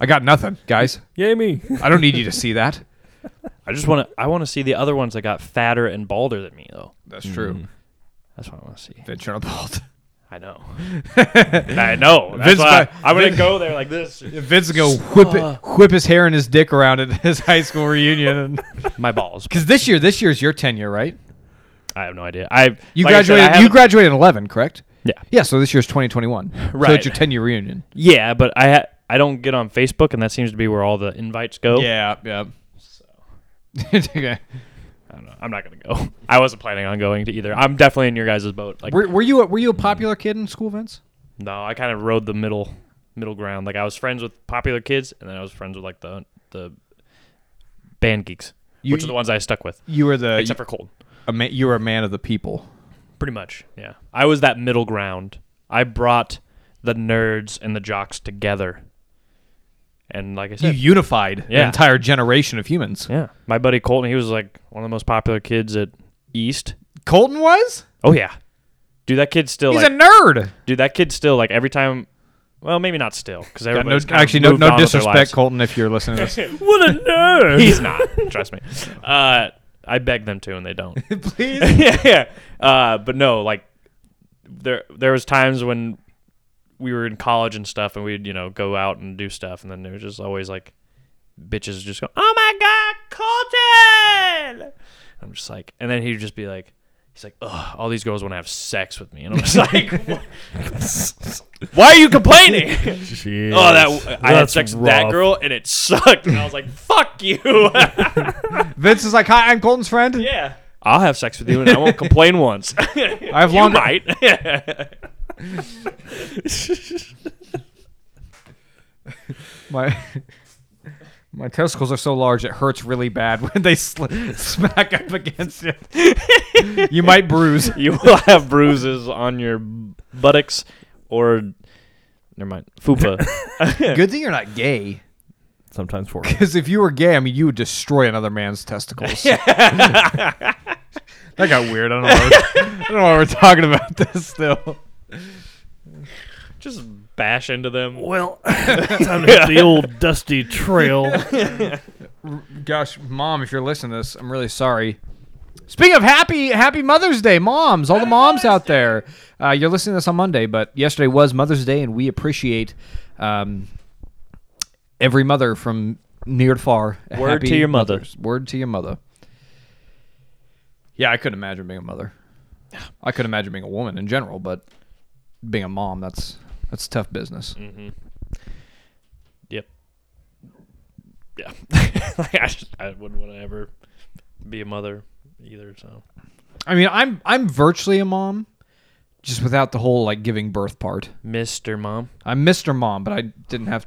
I got nothing, guys. yay me I don't need you to see that. I just want to I want to see the other ones that got fatter and balder than me though. That's true. That's what I want to Mm. see. Venture on the bald. I know. I know. That's Vince why Vaughn- I, am gonna Vin- go there like this. Vince would go whip it, whip his hair and his dick around at his high school reunion. My balls. Because this year, this year's your tenure, right? I have no idea. I You like I said, I graduated. you haven't- graduated in eleven, correct? Yeah. Yeah. So this year's 2021. So Right. it's your tenure reunion. Yeah, but I ha- I don't get on Facebook, and that seems to be where all the invites go. Yeah, yeah. okay. I don't know. I'm not gonna go. I wasn't planning on going to either. I'm definitely in your guys' boat. Like, Were, were you a, were you a popular kid in school, Vince? no, I kind of rode the middle middle ground. Like, I was friends with popular kids, and then I was friends with like the the band geeks, You- which are the ones I stuck with, You were the except for Cold. a ma- you were a man of the people. Pretty much, yeah. I was that middle ground. I brought the nerds and the jocks together, and like I You said, unified an Yeah. entire generation of humans. yeah, my buddy Colton, he was like one of the most popular kids at East. Colton was. Oh yeah, dude, that kid's still He's like, a nerd. dude, that kid's still like every time. Well, maybe not still because Yeah, no, everybody's kind of actually, no, moved no on with their disrespect, lives. Colton, if you're listening to this. What a nerd! He's not. trust me. Uh, I beg them to, and they don't. Please. yeah, yeah. Uh, but no, like there there was times when we were in college and stuff, and we'd you know go out and do stuff, and then there was just always like bitches just go, "Oh my god, Colton!" I'm just like, and then he'd just be like. He's like, ugh, all these girls want to have sex with me, and I'm just like, "Why- why are you complaining? Jeez. Oh, that I had That's sex with that rough. girl and it sucked. And I was like, "Fuck you." Vince is like, hi, I'm Colton's friend. yeah, I'll have sex with you and I won't complain once. I have you long. might. My my testicles are so large it hurts really bad when they sl- smack up against it. you might bruise. you will have bruises on your buttocks or never mind, fupa. Good thing you're not gay, Sometimes four. because if you were gay, I mean, you would destroy another man's testicles. that got weird. I don't know. Why we're, I don't know why we're talking about this still. Just bash into them. well, time to hit the old dusty trail. Gosh, mom, if you're listening to this, I'm really sorry. Speaking of happy, happy Mother's Day, moms, all the moms out there. Uh, you're listening to this on Monday, but yesterday was Mother's Day, and we appreciate um, every mother from near to far. Word to your mother. mothers. Word to your mother. Yeah, I couldn't imagine being a mother. I couldn't imagine being a woman in general, but being a mom, that's that's tough business. Mm. Yep. Yeah. like I, just, I wouldn't want to ever be a mother either. So I mean, I'm I'm virtually a mom, just without the whole like giving birth part. Mr. Mom. I'm Mr. Mom, but I didn't have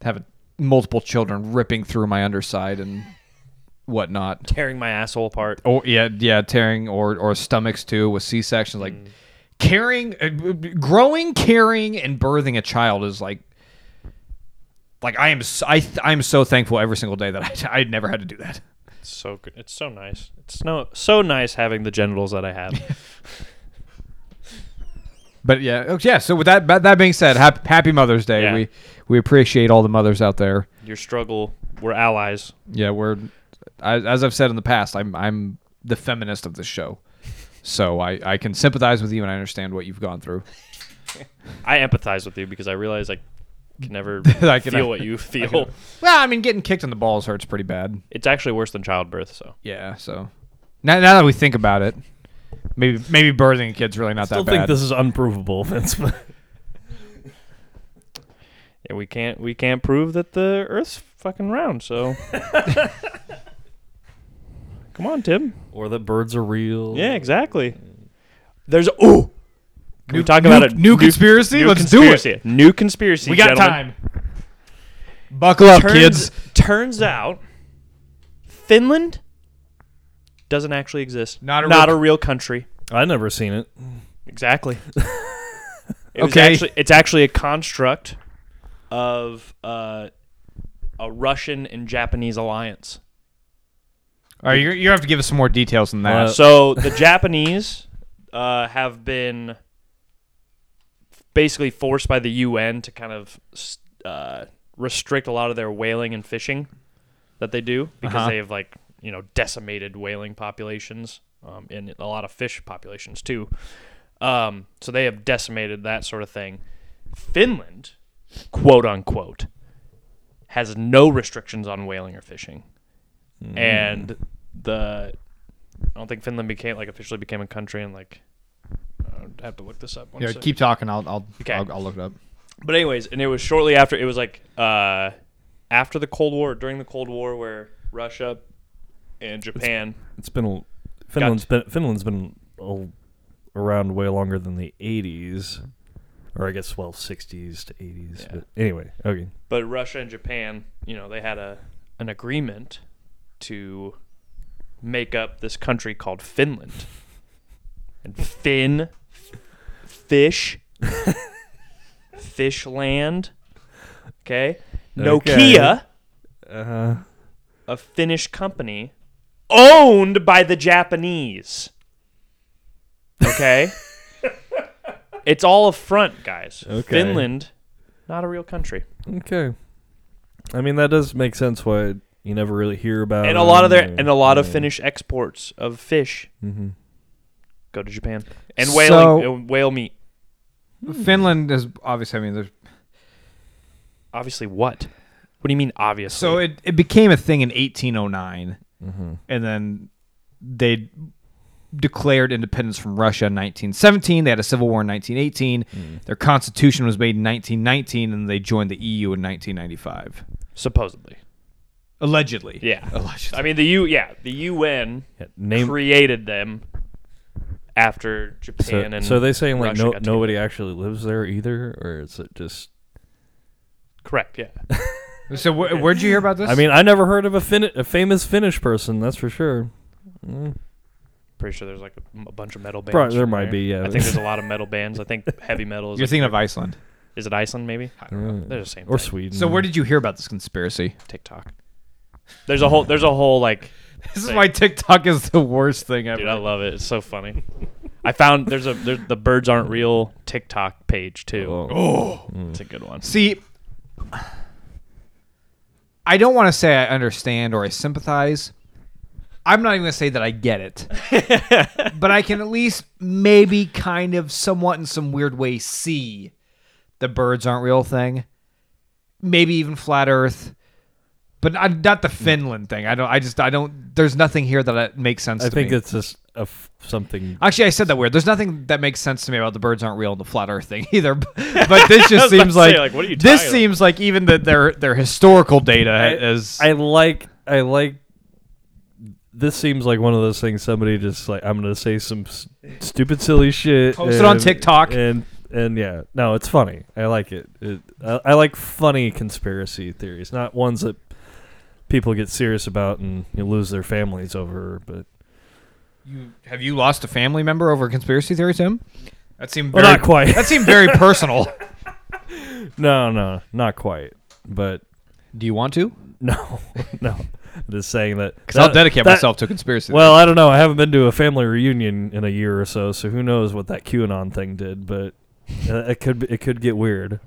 have multiple children ripping through my underside and whatnot. Tearing my asshole apart. Oh yeah, yeah, tearing or or stomachs too with C sections. Like carrying, uh, b- b- growing, carrying, and birthing a child is like. Like I am, s- I th- I am so thankful every single day that I, I never had to do that. so good. It's so nice. It's no so nice having the genitals that I have. But yeah, oh, yeah. So with that, that that being said, happy, happy Mother's Day. Yeah. We we appreciate all the mothers out there. Your struggle, we're allies. Yeah, we're I, as I've said in the past, I'm I'm the feminist of this show, so I I can sympathize with you and I understand what you've gone through. I empathize with you because I realize I can never I can- feel what you feel. Well, I mean, getting kicked in the balls hurts pretty bad. It's actually worse than childbirth. So Yeah, so now now that we think about it, maybe maybe birthing a kid's really not Still that bad. think this is unprovable, Vince. but- yeah, we can't we can't prove that the Earth's fucking round. So come on, Tim. or that birds are real. Mm. Yeah, exactly. There's oh. Can we talk about new, a new conspiracy. Let's conspiracy. do it. New conspiracy. We got gentlemen. time. Buckle up, turns, kids. Turns out, Finland doesn't actually exist. Not a not real- a real country. I never seen it. Exactly. It was Okay. actually- it's actually a construct of uh, a Russian and Japanese alliance. All right, you're, you're gonna have to give us some more details on that. Uh, So the Japanese uh, have been basically forced by the UN to kind of s- uh, restrict a lot of their whaling and fishing that they do because Uh-huh. they have like you know decimated whaling populations um, and a lot of fish populations too. Um, so they have decimated that sort of thing. Finland, quote unquote, has no restrictions on whaling or fishing, Mm. and the I don't think Finland became like officially became a country in like. I have to look this up. One yeah, sec. keep talking. I'll I'll, Okay. I'll I'll look it up. But anyways, and it was shortly after it was like uh, after the Cold War, during the Cold War, where Russia and Japan. It's been a- Finland's been Finland's been a- around way longer than the 80s, or I guess well 60s to 80s. Yeah. But anyway, okay. but Russia and Japan, you know, they had a an agreement to make up this country called Finland. And Finn fish fish land. Okay? Nokia, Uh, a Finnish company owned by the Japanese. Okay? it's all a front, guys. Okay. Finland not a real country. okay. I mean that does make sense why you never really hear about and a lot of their them or- and a lot of Oh, yeah. Finnish exports of fish Mhm. go to Japan and So- whaling uh, whale meat. Hmm. Finland is obviously. I mean, there's Obviously, what? What do you mean? Obviously, so it, it became a thing in 1809, Mm-hmm. and then they declared independence from Russia in 1917. They had a civil war in 1918. Mm. Their constitution was made in 1919, and they joined the EU in 1995. supposedly, Allegedly, yeah. Allegedly. I mean the U, yeah, the UN Yeah, name created them after so, Japan and so they saying like Russia no, got together. nobody actually lives there either or is it just correct, yeah. So wh- where'd you hear about this? I mean, I never heard of a, fin- a famous Finnish person, that's for sure. Pretty sure there's like a, a bunch of metal bands. Probably- there from might be, yeah. I think there's a lot of metal bands. I think heavy metal is. you're like- thinking of Iceland. is it Iceland? Maybe they're the same. Mm. Or thing. Sweden. So where did you hear about this conspiracy? TikTok. There's a whole. There's a whole like. This is Same. why TikTok is the worst thing ever. Dude, I love it. It's so funny. I found there's a there's, the birds aren't real TikTok page too. Mm. Oh. It's a good one. See, I don't want to say I understand or I sympathize. I'm not even going to say that I get it. but I can at least maybe kind of somewhat in some weird way see the birds aren't real thing. Maybe even flat earth. But I, not the Finland thing. I don't I just I don't there's nothing here that uh, makes sense I to think me. it's just a f- something. Actually, I said that weird. There's nothing that makes sense to me about the birds aren't real and the flat Earth thing either. But, but this I just was about seems to say, like, like, what are you this talking about? seems like even that their their historical data is I like. I like. This seems like one of those things. Somebody just like I'm gonna say some s- stupid, silly shit. Post it on and- TikTok. and and yeah, no, it's funny. I like it. it I, I like funny conspiracy theories, not ones that people get serious about and you lose their families over. But you, have you lost a family member over a conspiracy theory, Tim? That seemed Well, very, not quite. That seemed very personal. no, no, not quite. But Do you want to? no, no. I'm just saying that Because I'll that- dedicate that- myself to conspiracy. Well, I don't know. I haven't been to a family reunion in a year or so, so who knows what that QAnon thing did? But uh, it could be- it could get weird.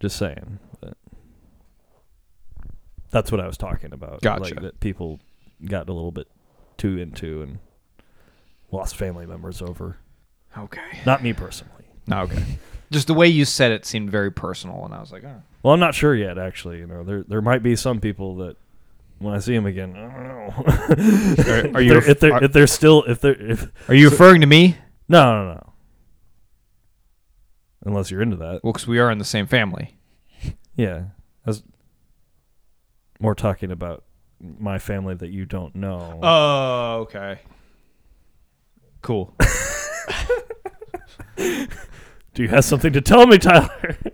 Just saying. But that's what I was talking about. Gotcha. Like that people got a little bit too into and lost family members over. okay. Not me personally. No, okay. Just the way you said it seemed very personal, and I was like, oh. Well, I'm not sure yet. Actually, you know, there there might be some people that when I see them again, I don't know. Are, are If you they're- if they're are, if they're still if they're if are you referring to me? No, no, no. Unless you're into that. Well, because we are in the same family. Yeah. I was more talking about my family that you don't know. Oh, okay. Cool. Do you have something to tell me, Tyler?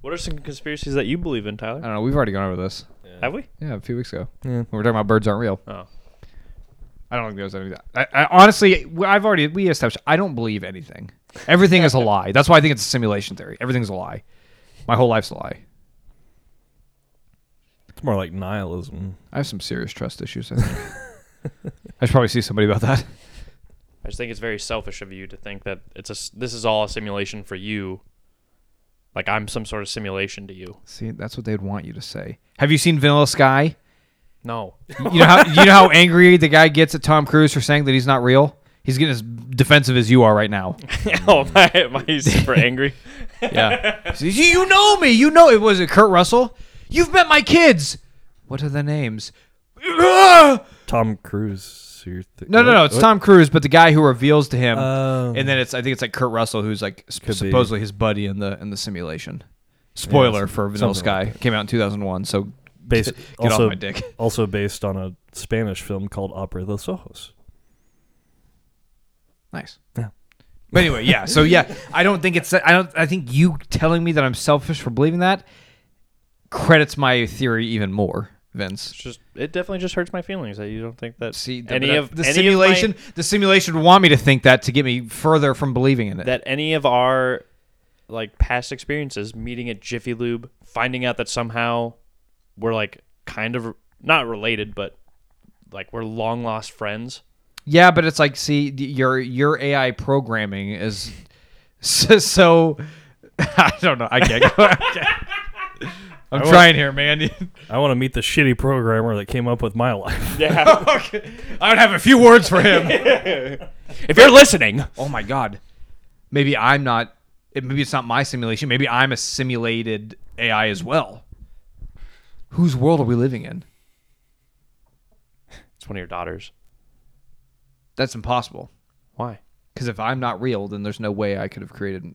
What are some conspiracies that you believe in, I Tyler? don't know. We've already gone over this. Have we? Yeah, a few weeks ago. Yeah. When we are talking about birds aren't real. Oh, I don't think there's any. I, I honestly, w- I've already we established. I don't believe anything. Everything is a lie. That's why I think it's a simulation theory. Everything's a lie. My whole life's a lie. It's more like nihilism. I have some serious trust issues. I think. I should probably see somebody about that. I just think it's very selfish of you to think that it's a s- this is all a simulation for you. Like I'm some sort of simulation to you. See, that's what they'd want you to say. Have you seen Vanilla Sky? No, You know how you know how angry the guy gets at Tom Cruise for saying that he's not real. He's getting as defensive as you are right now. oh my, my he's super angry. Yeah. you, you know me. You know it was it Kurt Russell. You've met my kids. What are their names? Tom Cruise So you're th- No, no, what- no. It's what? Tom Cruise, but the guy who reveals to him, Oh. and then it's I think it's like Kurt Russell, who's like s- Could be. supposedly his buddy in the in the simulation. Spoiler some- for Vanilla something Sky like came out in 2001. So Based, get off also, my dick. also based on a Spanish film called Opera de los Ojos. nice. Yeah. But anyway, yeah. So yeah, I don't think it's I don't I think you telling me that I'm selfish for believing that credits my theory even more, Vince. It's just it definitely just hurts my feelings that you don't think that See the, any but, uh, of the any of my- simulation the simulation would want me to think that to get me further from believing in it. that any of our like past experiences meeting at Jiffy Lube, finding out that somehow we're like kind of not related, but like we're long lost friends. Yeah, but it's like, see, th- your your AI programming is so. so I don't know. I can't. Go. I can't. I'm trying here, man. I want to meet the shitty programmer that came up with my life. Yeah. I would have a few words for him. if you're listening, oh my god. Maybe I'm not. it- Maybe it's not my simulation. Maybe I'm a simulated AI as well. Whose world are we living in? it's one of your daughters. That's impossible. Why? Because if I'm not real, then there's no way I could have created.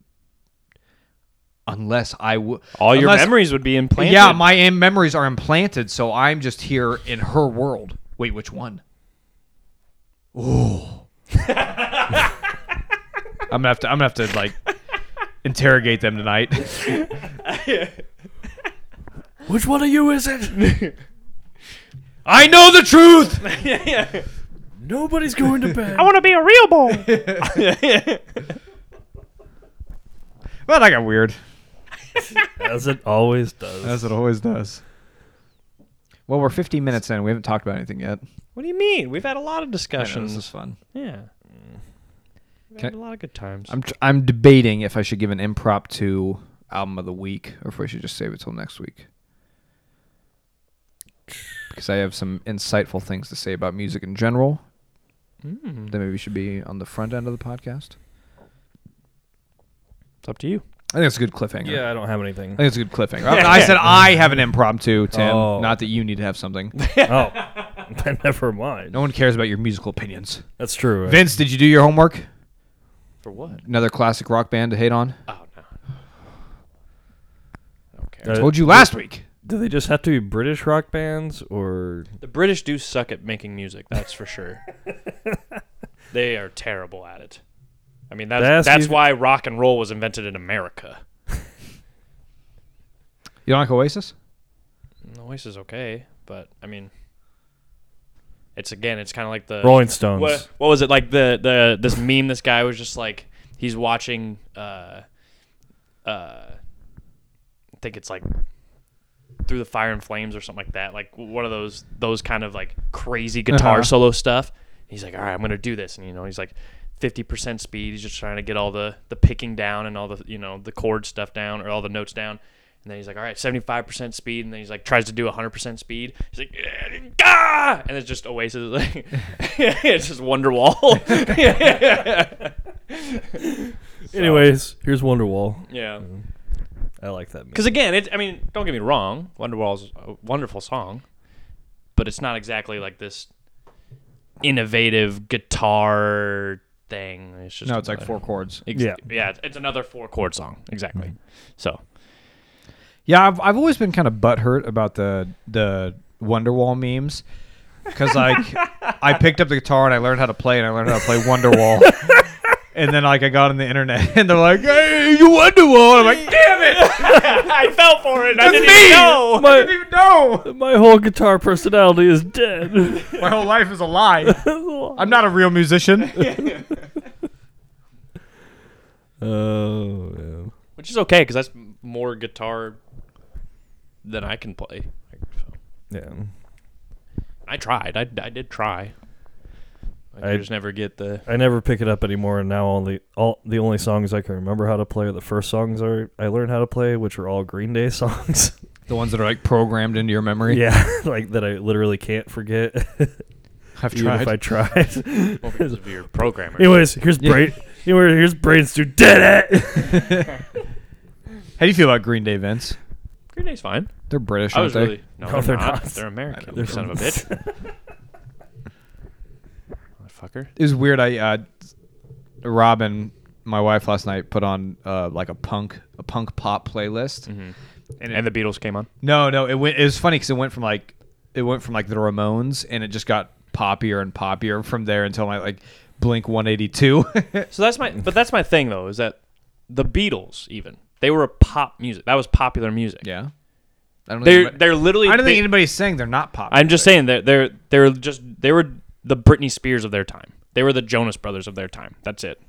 Unless I would. All your unless, memories would be implanted. Yeah, my am- memories are implanted, so I'm just here in her world. Wait, which one? Ooh. I'm gonna have to. I'm gonna have to like interrogate them tonight. Which one of you is it? I know the truth. Nobody's going to bed. I want to be a real boy. Well, I got weird, As it always does. it always does. Well, we're 15 minutes in. We haven't talked about anything yet. what do you mean? We've had a lot I of know, this is discussions. fun. Yeah. We've Can had a lot of good times. I'm tr- I'm debating if I should give an impromptu album of the week or if we should just save it till next week. Because I have some insightful things to say about music in general Mm, that maybe should be on the front end of the podcast. it's up to you. I think it's a good cliffhanger. Yeah, I don't have anything. I think it's a good cliffhanger. I, I said I have an impromptu, Tim. Oh. Not that you need to have something. oh, never mind. No one cares about your musical opinions. That's true. right? Vince, did you do your homework? For what? Another classic rock band to hate on? Oh no. Okay. Uh, Told you last week. Do they just have to be British rock bands, or The British do suck at making music, that's for sure. they are terrible at it. I mean, that's That's that's, even- why rock and roll was invented in America. You don't like Oasis? Oasis is okay, but I mean, it's again, it's kind of like the Rolling Stones? What, what was it like the the this meme? This guy was just like he's watching. uh uh I think it's like through the fire and flames or something like that. Like one of those those kind of like crazy guitar Uh-huh. solo stuff. He's like, all right, I'm gonna do this, and you know, he's like. 50% speed he's just trying to get all the the picking down and all the you know the chord stuff down or all the notes down and then he's like all right 75% speed and then he's like tries to do 100% speed he's like ah! and it's just oasis like it's just wonderwall Anyways, here's Wonderwall. yeah I like that. Because Because again, it, I mean, don't get me wrong, Wonderwall's a wonderful song, but it's not exactly like this innovative guitar thing. It's just No, it's like another- four chords. Ex- Yeah. yeah, it's, it's another four chord song, exactly. So Yeah, I've, I've always been kind of butthurt about the the Wonderwall memes because like I picked up the guitar and I learned how to play and I learned how to play Wonderwall, and then like I got on the internet and they're like, "Hey, you Wonderwall!" I'm like, "Damn it, I fell for it. I that's didn't me! even know. I didn't even know. my whole guitar personality is dead. My whole life is a lie. I'm not a real musician." Oh, yeah. Which is okay because that's m- more guitar than I can play. Like, So. yeah. I tried. I, I did try. I, I- just never get the. I never pick it up anymore, and now only all the only songs I can remember how to play are the first songs are I learned how to play, which are all Green Day songs. The ones that are like programmed into your memory. yeah, like that I literally can't forget. I've Even if I tried. tried. Well, because of your programmer. Anyways, here's brain. Anyway, here's brains to dead at. How do you feel about Green Day, Vince? Green Day's fine. They're British, I aren't was they? really no, No, they're, they're not. not. They're American. They're you son of a from- bitch. Motherfucker. it was weird. I uh, Robin, my wife last night put on uh, like a punk a punk pop playlist. And, the Beatles came on. No, no, it went. It was funny because it went from like it went from like the Ramones, and it just got poppier and poppier from there until my like Blink One Eighty Two. So that's my, but that's my thing though, is that the Beatles even they were pop music. That was popular music. yeah, I don't. They're anybody- they're literally. I don't think they- anybody's saying they're not pop. I'm just saying that they're they're just they were the Britney Spears of their time. They were the Jonas Brothers of their time. That's it.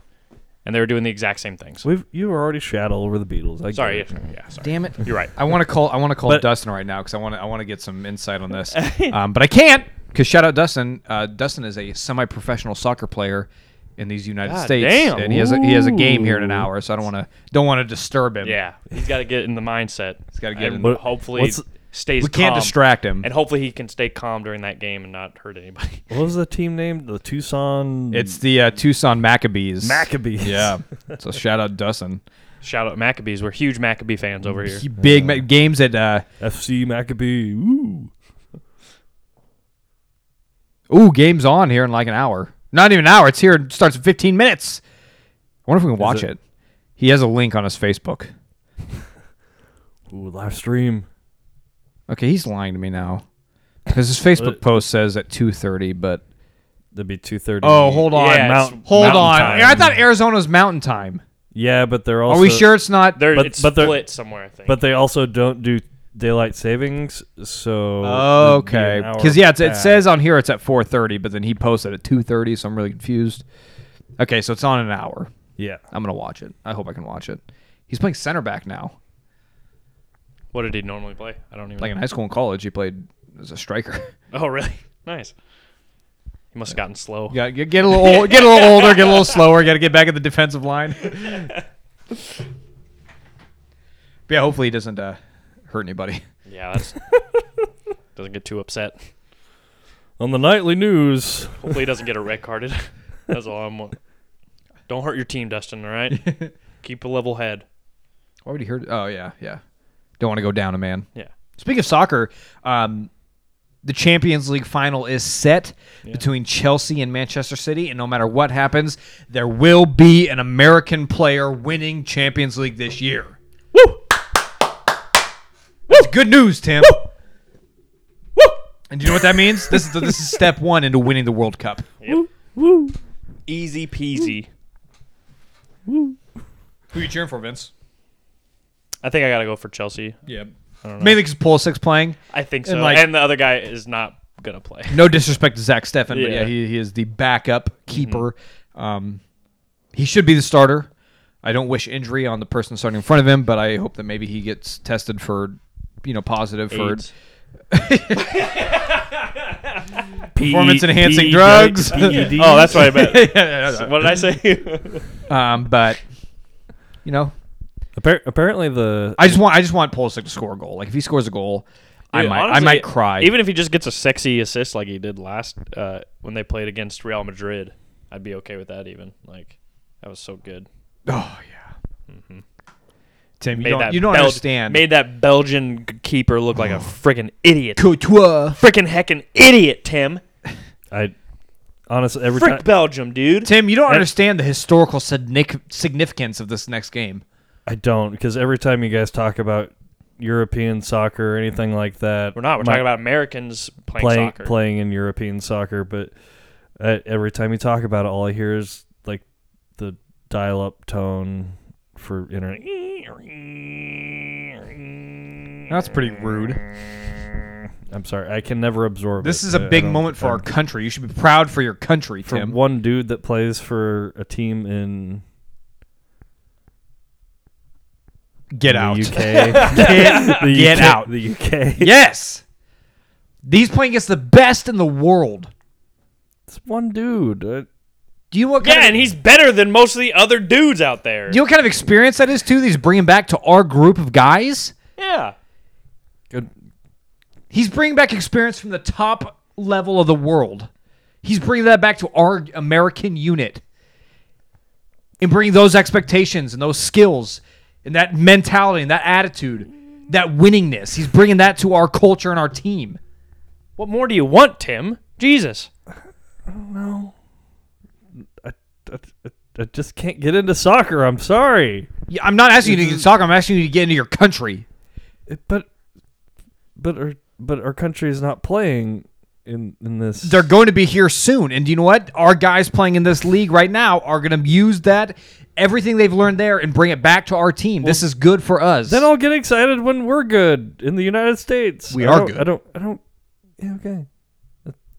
And they were doing the exact same things. We've you were already shat all over the Beatles. I get Sorry, yeah, it. yeah, sorry. Damn it! You're right. I want to call. I want to call But- Dustin right now because I want to. I want to get some insight on this, um, but I can't because shout out Dustin. Uh, Dustin is a semi-professional soccer player in these United God States, damn. and he has a, he has a game here in an Ooh. hour, so I don't want to don't want to disturb him. Yeah, he's got to get in the mindset. He's gotta get and in the- hopefully What's- stays. we can't calm. distract him. and hopefully he can stay calm during that game and not hurt anybody. What was the team name? The Tucson. It's the uh, Tucson Maccabees. Maccabees. Yeah. So shout out Dustin. Shout out Maccabees. We're huge Maccabee fans over here. He- Big ma- games at. Uh, FC Maccabee. Ooh. ooh, games on here in like an hour. Not even an hour. It's here. It starts in 15 minutes. I wonder if we can watch it- it. He has a link on his Facebook. Ooh, live stream. Okay, he's lying to me now. Because his Facebook What? post says at 2:30, but That'd be two thirty. oh, hold on, Yeah, Mount- it's hold mountain on. time. Yeah, I thought Arizona's Mountain Time. Yeah, but they're Are also. we sure it's not? They're But- it's but they're- split somewhere. I think. But they also don't do daylight savings, so. it'd be Oh, Okay, an hour because yeah, it's, it back. says on here it's at 4:30, but then he posted at 2:30, so I'm really confused. Okay, so it's on in an hour. Yeah. I'm gonna watch it. I hope I can watch it. He's playing center back now. what did he normally play? I don't even. Like in know. high school and college, he played as a striker. Oh really? Nice. He must have gotten slow. You gotta get, get a little old, get a little older, get a little slower. Got to get back at the defensive line. but yeah, hopefully he doesn't uh, hurt anybody. Yeah, that's doesn't get too upset. On the nightly news. Hopefully, he doesn't get a red carded. That's all I'm. wa- Don't hurt your team, Dustin. All right, keep a level head. Why would he hurt? Oh yeah, yeah. Don't want to go down a man. Yeah, Speaking of soccer, um, the Champions League final is set between Chelsea and Manchester City, and no matter what happens, there will be an American player winning Champions League this year. Woo! That's good news, Tim. Woo! And do you know what that means? this is this is step one into winning the World Cup. easy peasy. Who are you cheering for, Vince? I think I gotta go for Chelsea. Yeah. Mainly because Pulisic's playing. I think so. And, like- And, the other guy is not gonna play. No disrespect to Zach Steffen, but yeah, Yeah. Mm-hmm. he, he is the backup keeper. Um, he should be the starter. I don't wish injury on the person starting in front of him, but I hope that maybe he gets tested for, you know, positive for AIDS. performance enhancing PED, drugs. PEDs. Oh, that's what I meant. what did I say? um, but you know, Appar- apparently the I just want I just want Pulisic to score a goal. Like if he scores a goal, I Dude, might I honestly, might cry. Even if he just gets a sexy assist like he did last uh, when they played against Real Madrid, I'd be okay with that. Even like that was so good. oh yeah, Tim, you Mm-hmm. Made don't, that you don't Bel- understand. Oh. Made that Belgian g- keeper look like a freaking idiot. Couture. Freaking heckin' idiot, Tim. I honestly every Frick time Belgium, dude. Tim, you don't understand the historical signic- significance of this next game. I don't because every time you guys talk about European soccer or anything like that, We're not. We're my- talking about Americans playing, playing soccer. playing in European soccer. But uh, every time you talk about it, all I hear is like the dial-up tone for internet. That's pretty rude. I'm sorry, I can never absorb. This it. is a uh, I- I big don't- moment for I- our country. You should be proud for your country, for Tim. one dude that plays for a team in Get the out. UK. Get, the get UK out. The UK. Yes. These playing against the best in the world. It's one dude. Uh, Do you know what kind Yeah, of, and he's better than most of the other dudes out there. do you know what kind of experience that is too? These bringing back to our group of guys. yeah. good- He's bringing back experience from the top level of the world. He's bringing that back to our American unit and bringing those expectations and those skills and that mentality and that attitude, that winningness. He's bringing that to our culture and our team. What more do you want, Tim? Jesus. No. I- I just can't get into soccer. I'm sorry, Yeah, I'm not asking you to Mm-hmm. get into soccer. I'm asking you to get into your country. It- but but our but our country is not playing in in this. They're going to be here soon. And you know what? Our guys playing in this league right now are going to use that, everything they've learned there, and bring it back to our team. this is good for us. then I'll get excited when we're good in the United States. We I are don't- good. I don't. I don't. Yeah. Okay.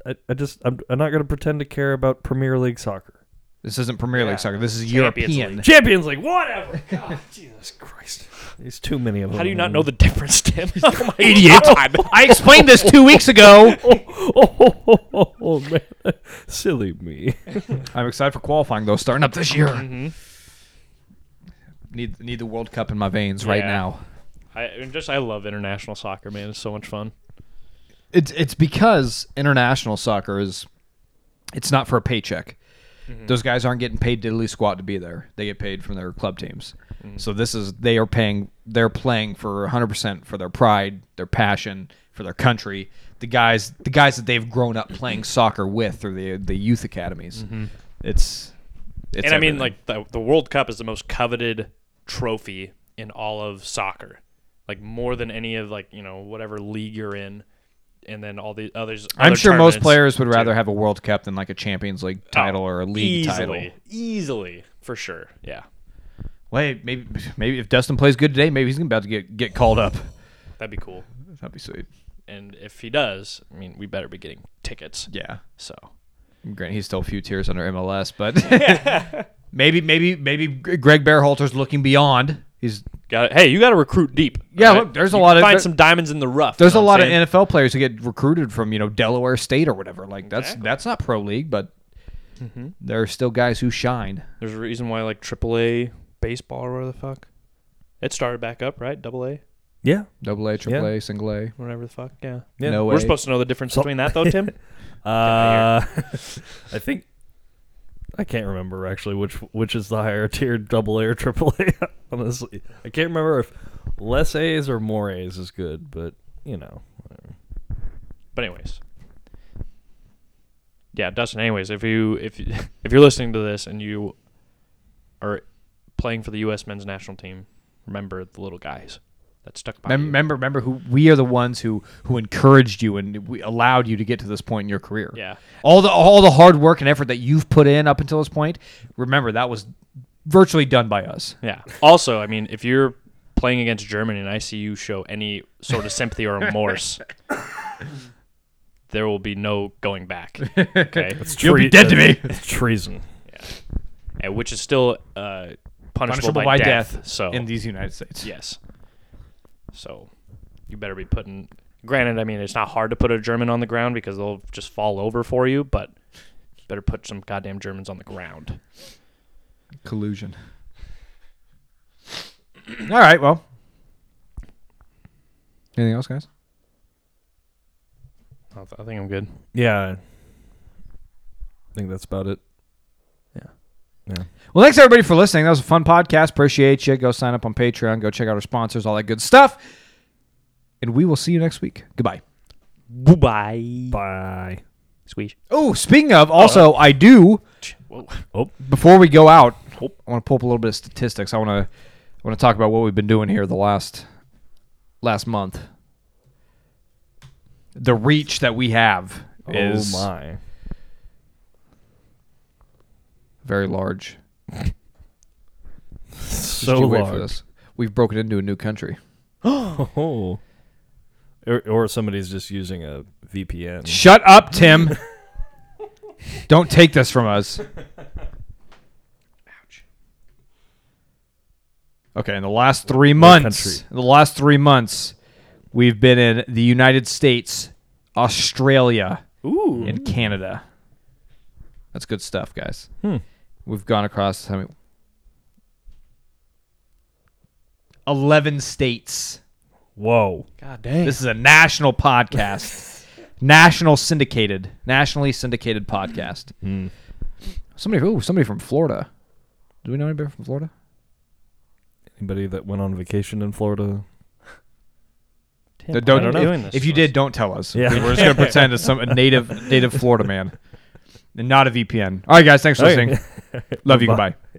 I, I just I'm, I'm not going to pretend to care about Premier League soccer, this isn't Premier League soccer. This is Champions European. Champions League, whatever. God, Jesus Christ. There's too many of them. How do you not know the difference, Tim? Oh my Idiot. God. I explained this two weeks ago. Oh, oh, oh, oh, oh, man, silly me. I'm excited for qualifying though, starting up this year. Mm-hmm. Need need the World Cup in my veins right Yeah. now. I and just I love international soccer, man. It's so much fun. It's it's because international soccer is it's not for a paycheck. Mm-hmm. Those guys aren't getting paid diddly squat to be there. They get paid from their club teams. Mm-hmm. So this is they are paying they're playing for 100% for their pride, their passion, for their country. The guys the guys that they've grown up playing soccer with through the the youth academies. It's it's Mm-hmm. and I mean, everything. like the the World Cup is the most coveted trophy in all of soccer, like more than any of like you know whatever league you're in, and then all the others. I'm other sure most tournaments, players would too. rather have a World Cup than like a Champions League title Oh, or a league easily, title. easily for sure. Yeah, Wait, maybe maybe if Dustin plays good today, maybe he's about to get get called up. that'd be cool. That'd be sweet. And if he does, I mean, we better be getting tickets. Yeah, So Grant, he's still a few tiers under MLS, but maybe maybe maybe Greg Bearhalter's looking beyond. He's got it. Hey, you got to recruit deep. Yeah, all look, there's a You lot of- find there- some diamonds in the rough. there's a lot of of NFL players who get recruited from you know Delaware State or whatever. Like that's Exactly. that's not pro league, but there are still guys who shine. There's a reason why like AAA baseball or whatever the fuck. It started back up, right? Double A, Yeah, Double A, triple A, single A. whatever the fuck. Yeah. Yeah. No way. We're supposed to know the difference So- between that though, Tim. Uh, I think I can't remember actually which which is the higher tier, double A or triple A. Honestly, I can't remember if less A's or more A's is good, but you know, whatever. but anyways. Yeah, Dustin, anyways, if you if you- if you're listening to this and you are playing for the US men's national team, remember the little guys that stuck by Mem- you. Remember, remember who we are the ones who who encouraged you and we allowed you to get to this point in your career. Yeah. all the all the hard work and effort that you've put in up until this point. Remember that was virtually done by us. Yeah. Also, I mean, if you're playing against Germany and I see you show any sort of sympathy or remorse, there will be no going back. Okay. You'll be dead to me. It's treason. And which is still uh, punishable, by, death, So in these United States, yes. So you better be putting. Granted, I mean, it's not hard to put a German on the ground because they'll just fall over for you, but you better put some goddamn Germans on the ground. collusion. all right, well, anything else, guys? I th- I think I'm good. Yeah, I think that's about it. Well, thanks everybody for listening. That was a fun podcast. Appreciate you. Go sign up on Patreon. Go check out our sponsors. All that good stuff. And we will see you next week. Goodbye. Bye bye. Bye. Sweet. Oh, speaking of, also, I do Whoa. before we go out, I want to pull up a little bit of statistics. I want to I want to talk about what we've been doing here the last last month. The reach that we have is oh my. very large. So Just you large. wait for this. We've broken into a new country. Oh. Or, or somebody's just using a VPN. Shut up, Tim. Don't take this from us. Okay, in the last three months, country. in the last three months, we've been in the United States, Australia, Ooh. and Canada. That's good stuff, guys. Hmm. We've gone across how many? Eleven states. Whoa. God dang. This is a national podcast. national syndicated, nationally syndicated podcast. Somebody, ooh, somebody from Florida. Do we know anybody from Florida? Anybody that went on vacation in Florida? Tim, Don't- why are don't- you doing this If you to us? did, don't tell us. Yeah. We're just gonna pretend it's some a native native Florida man. and not a VPN. All right, guys, thanks for All right. listening. Love you. Bye. Goodbye.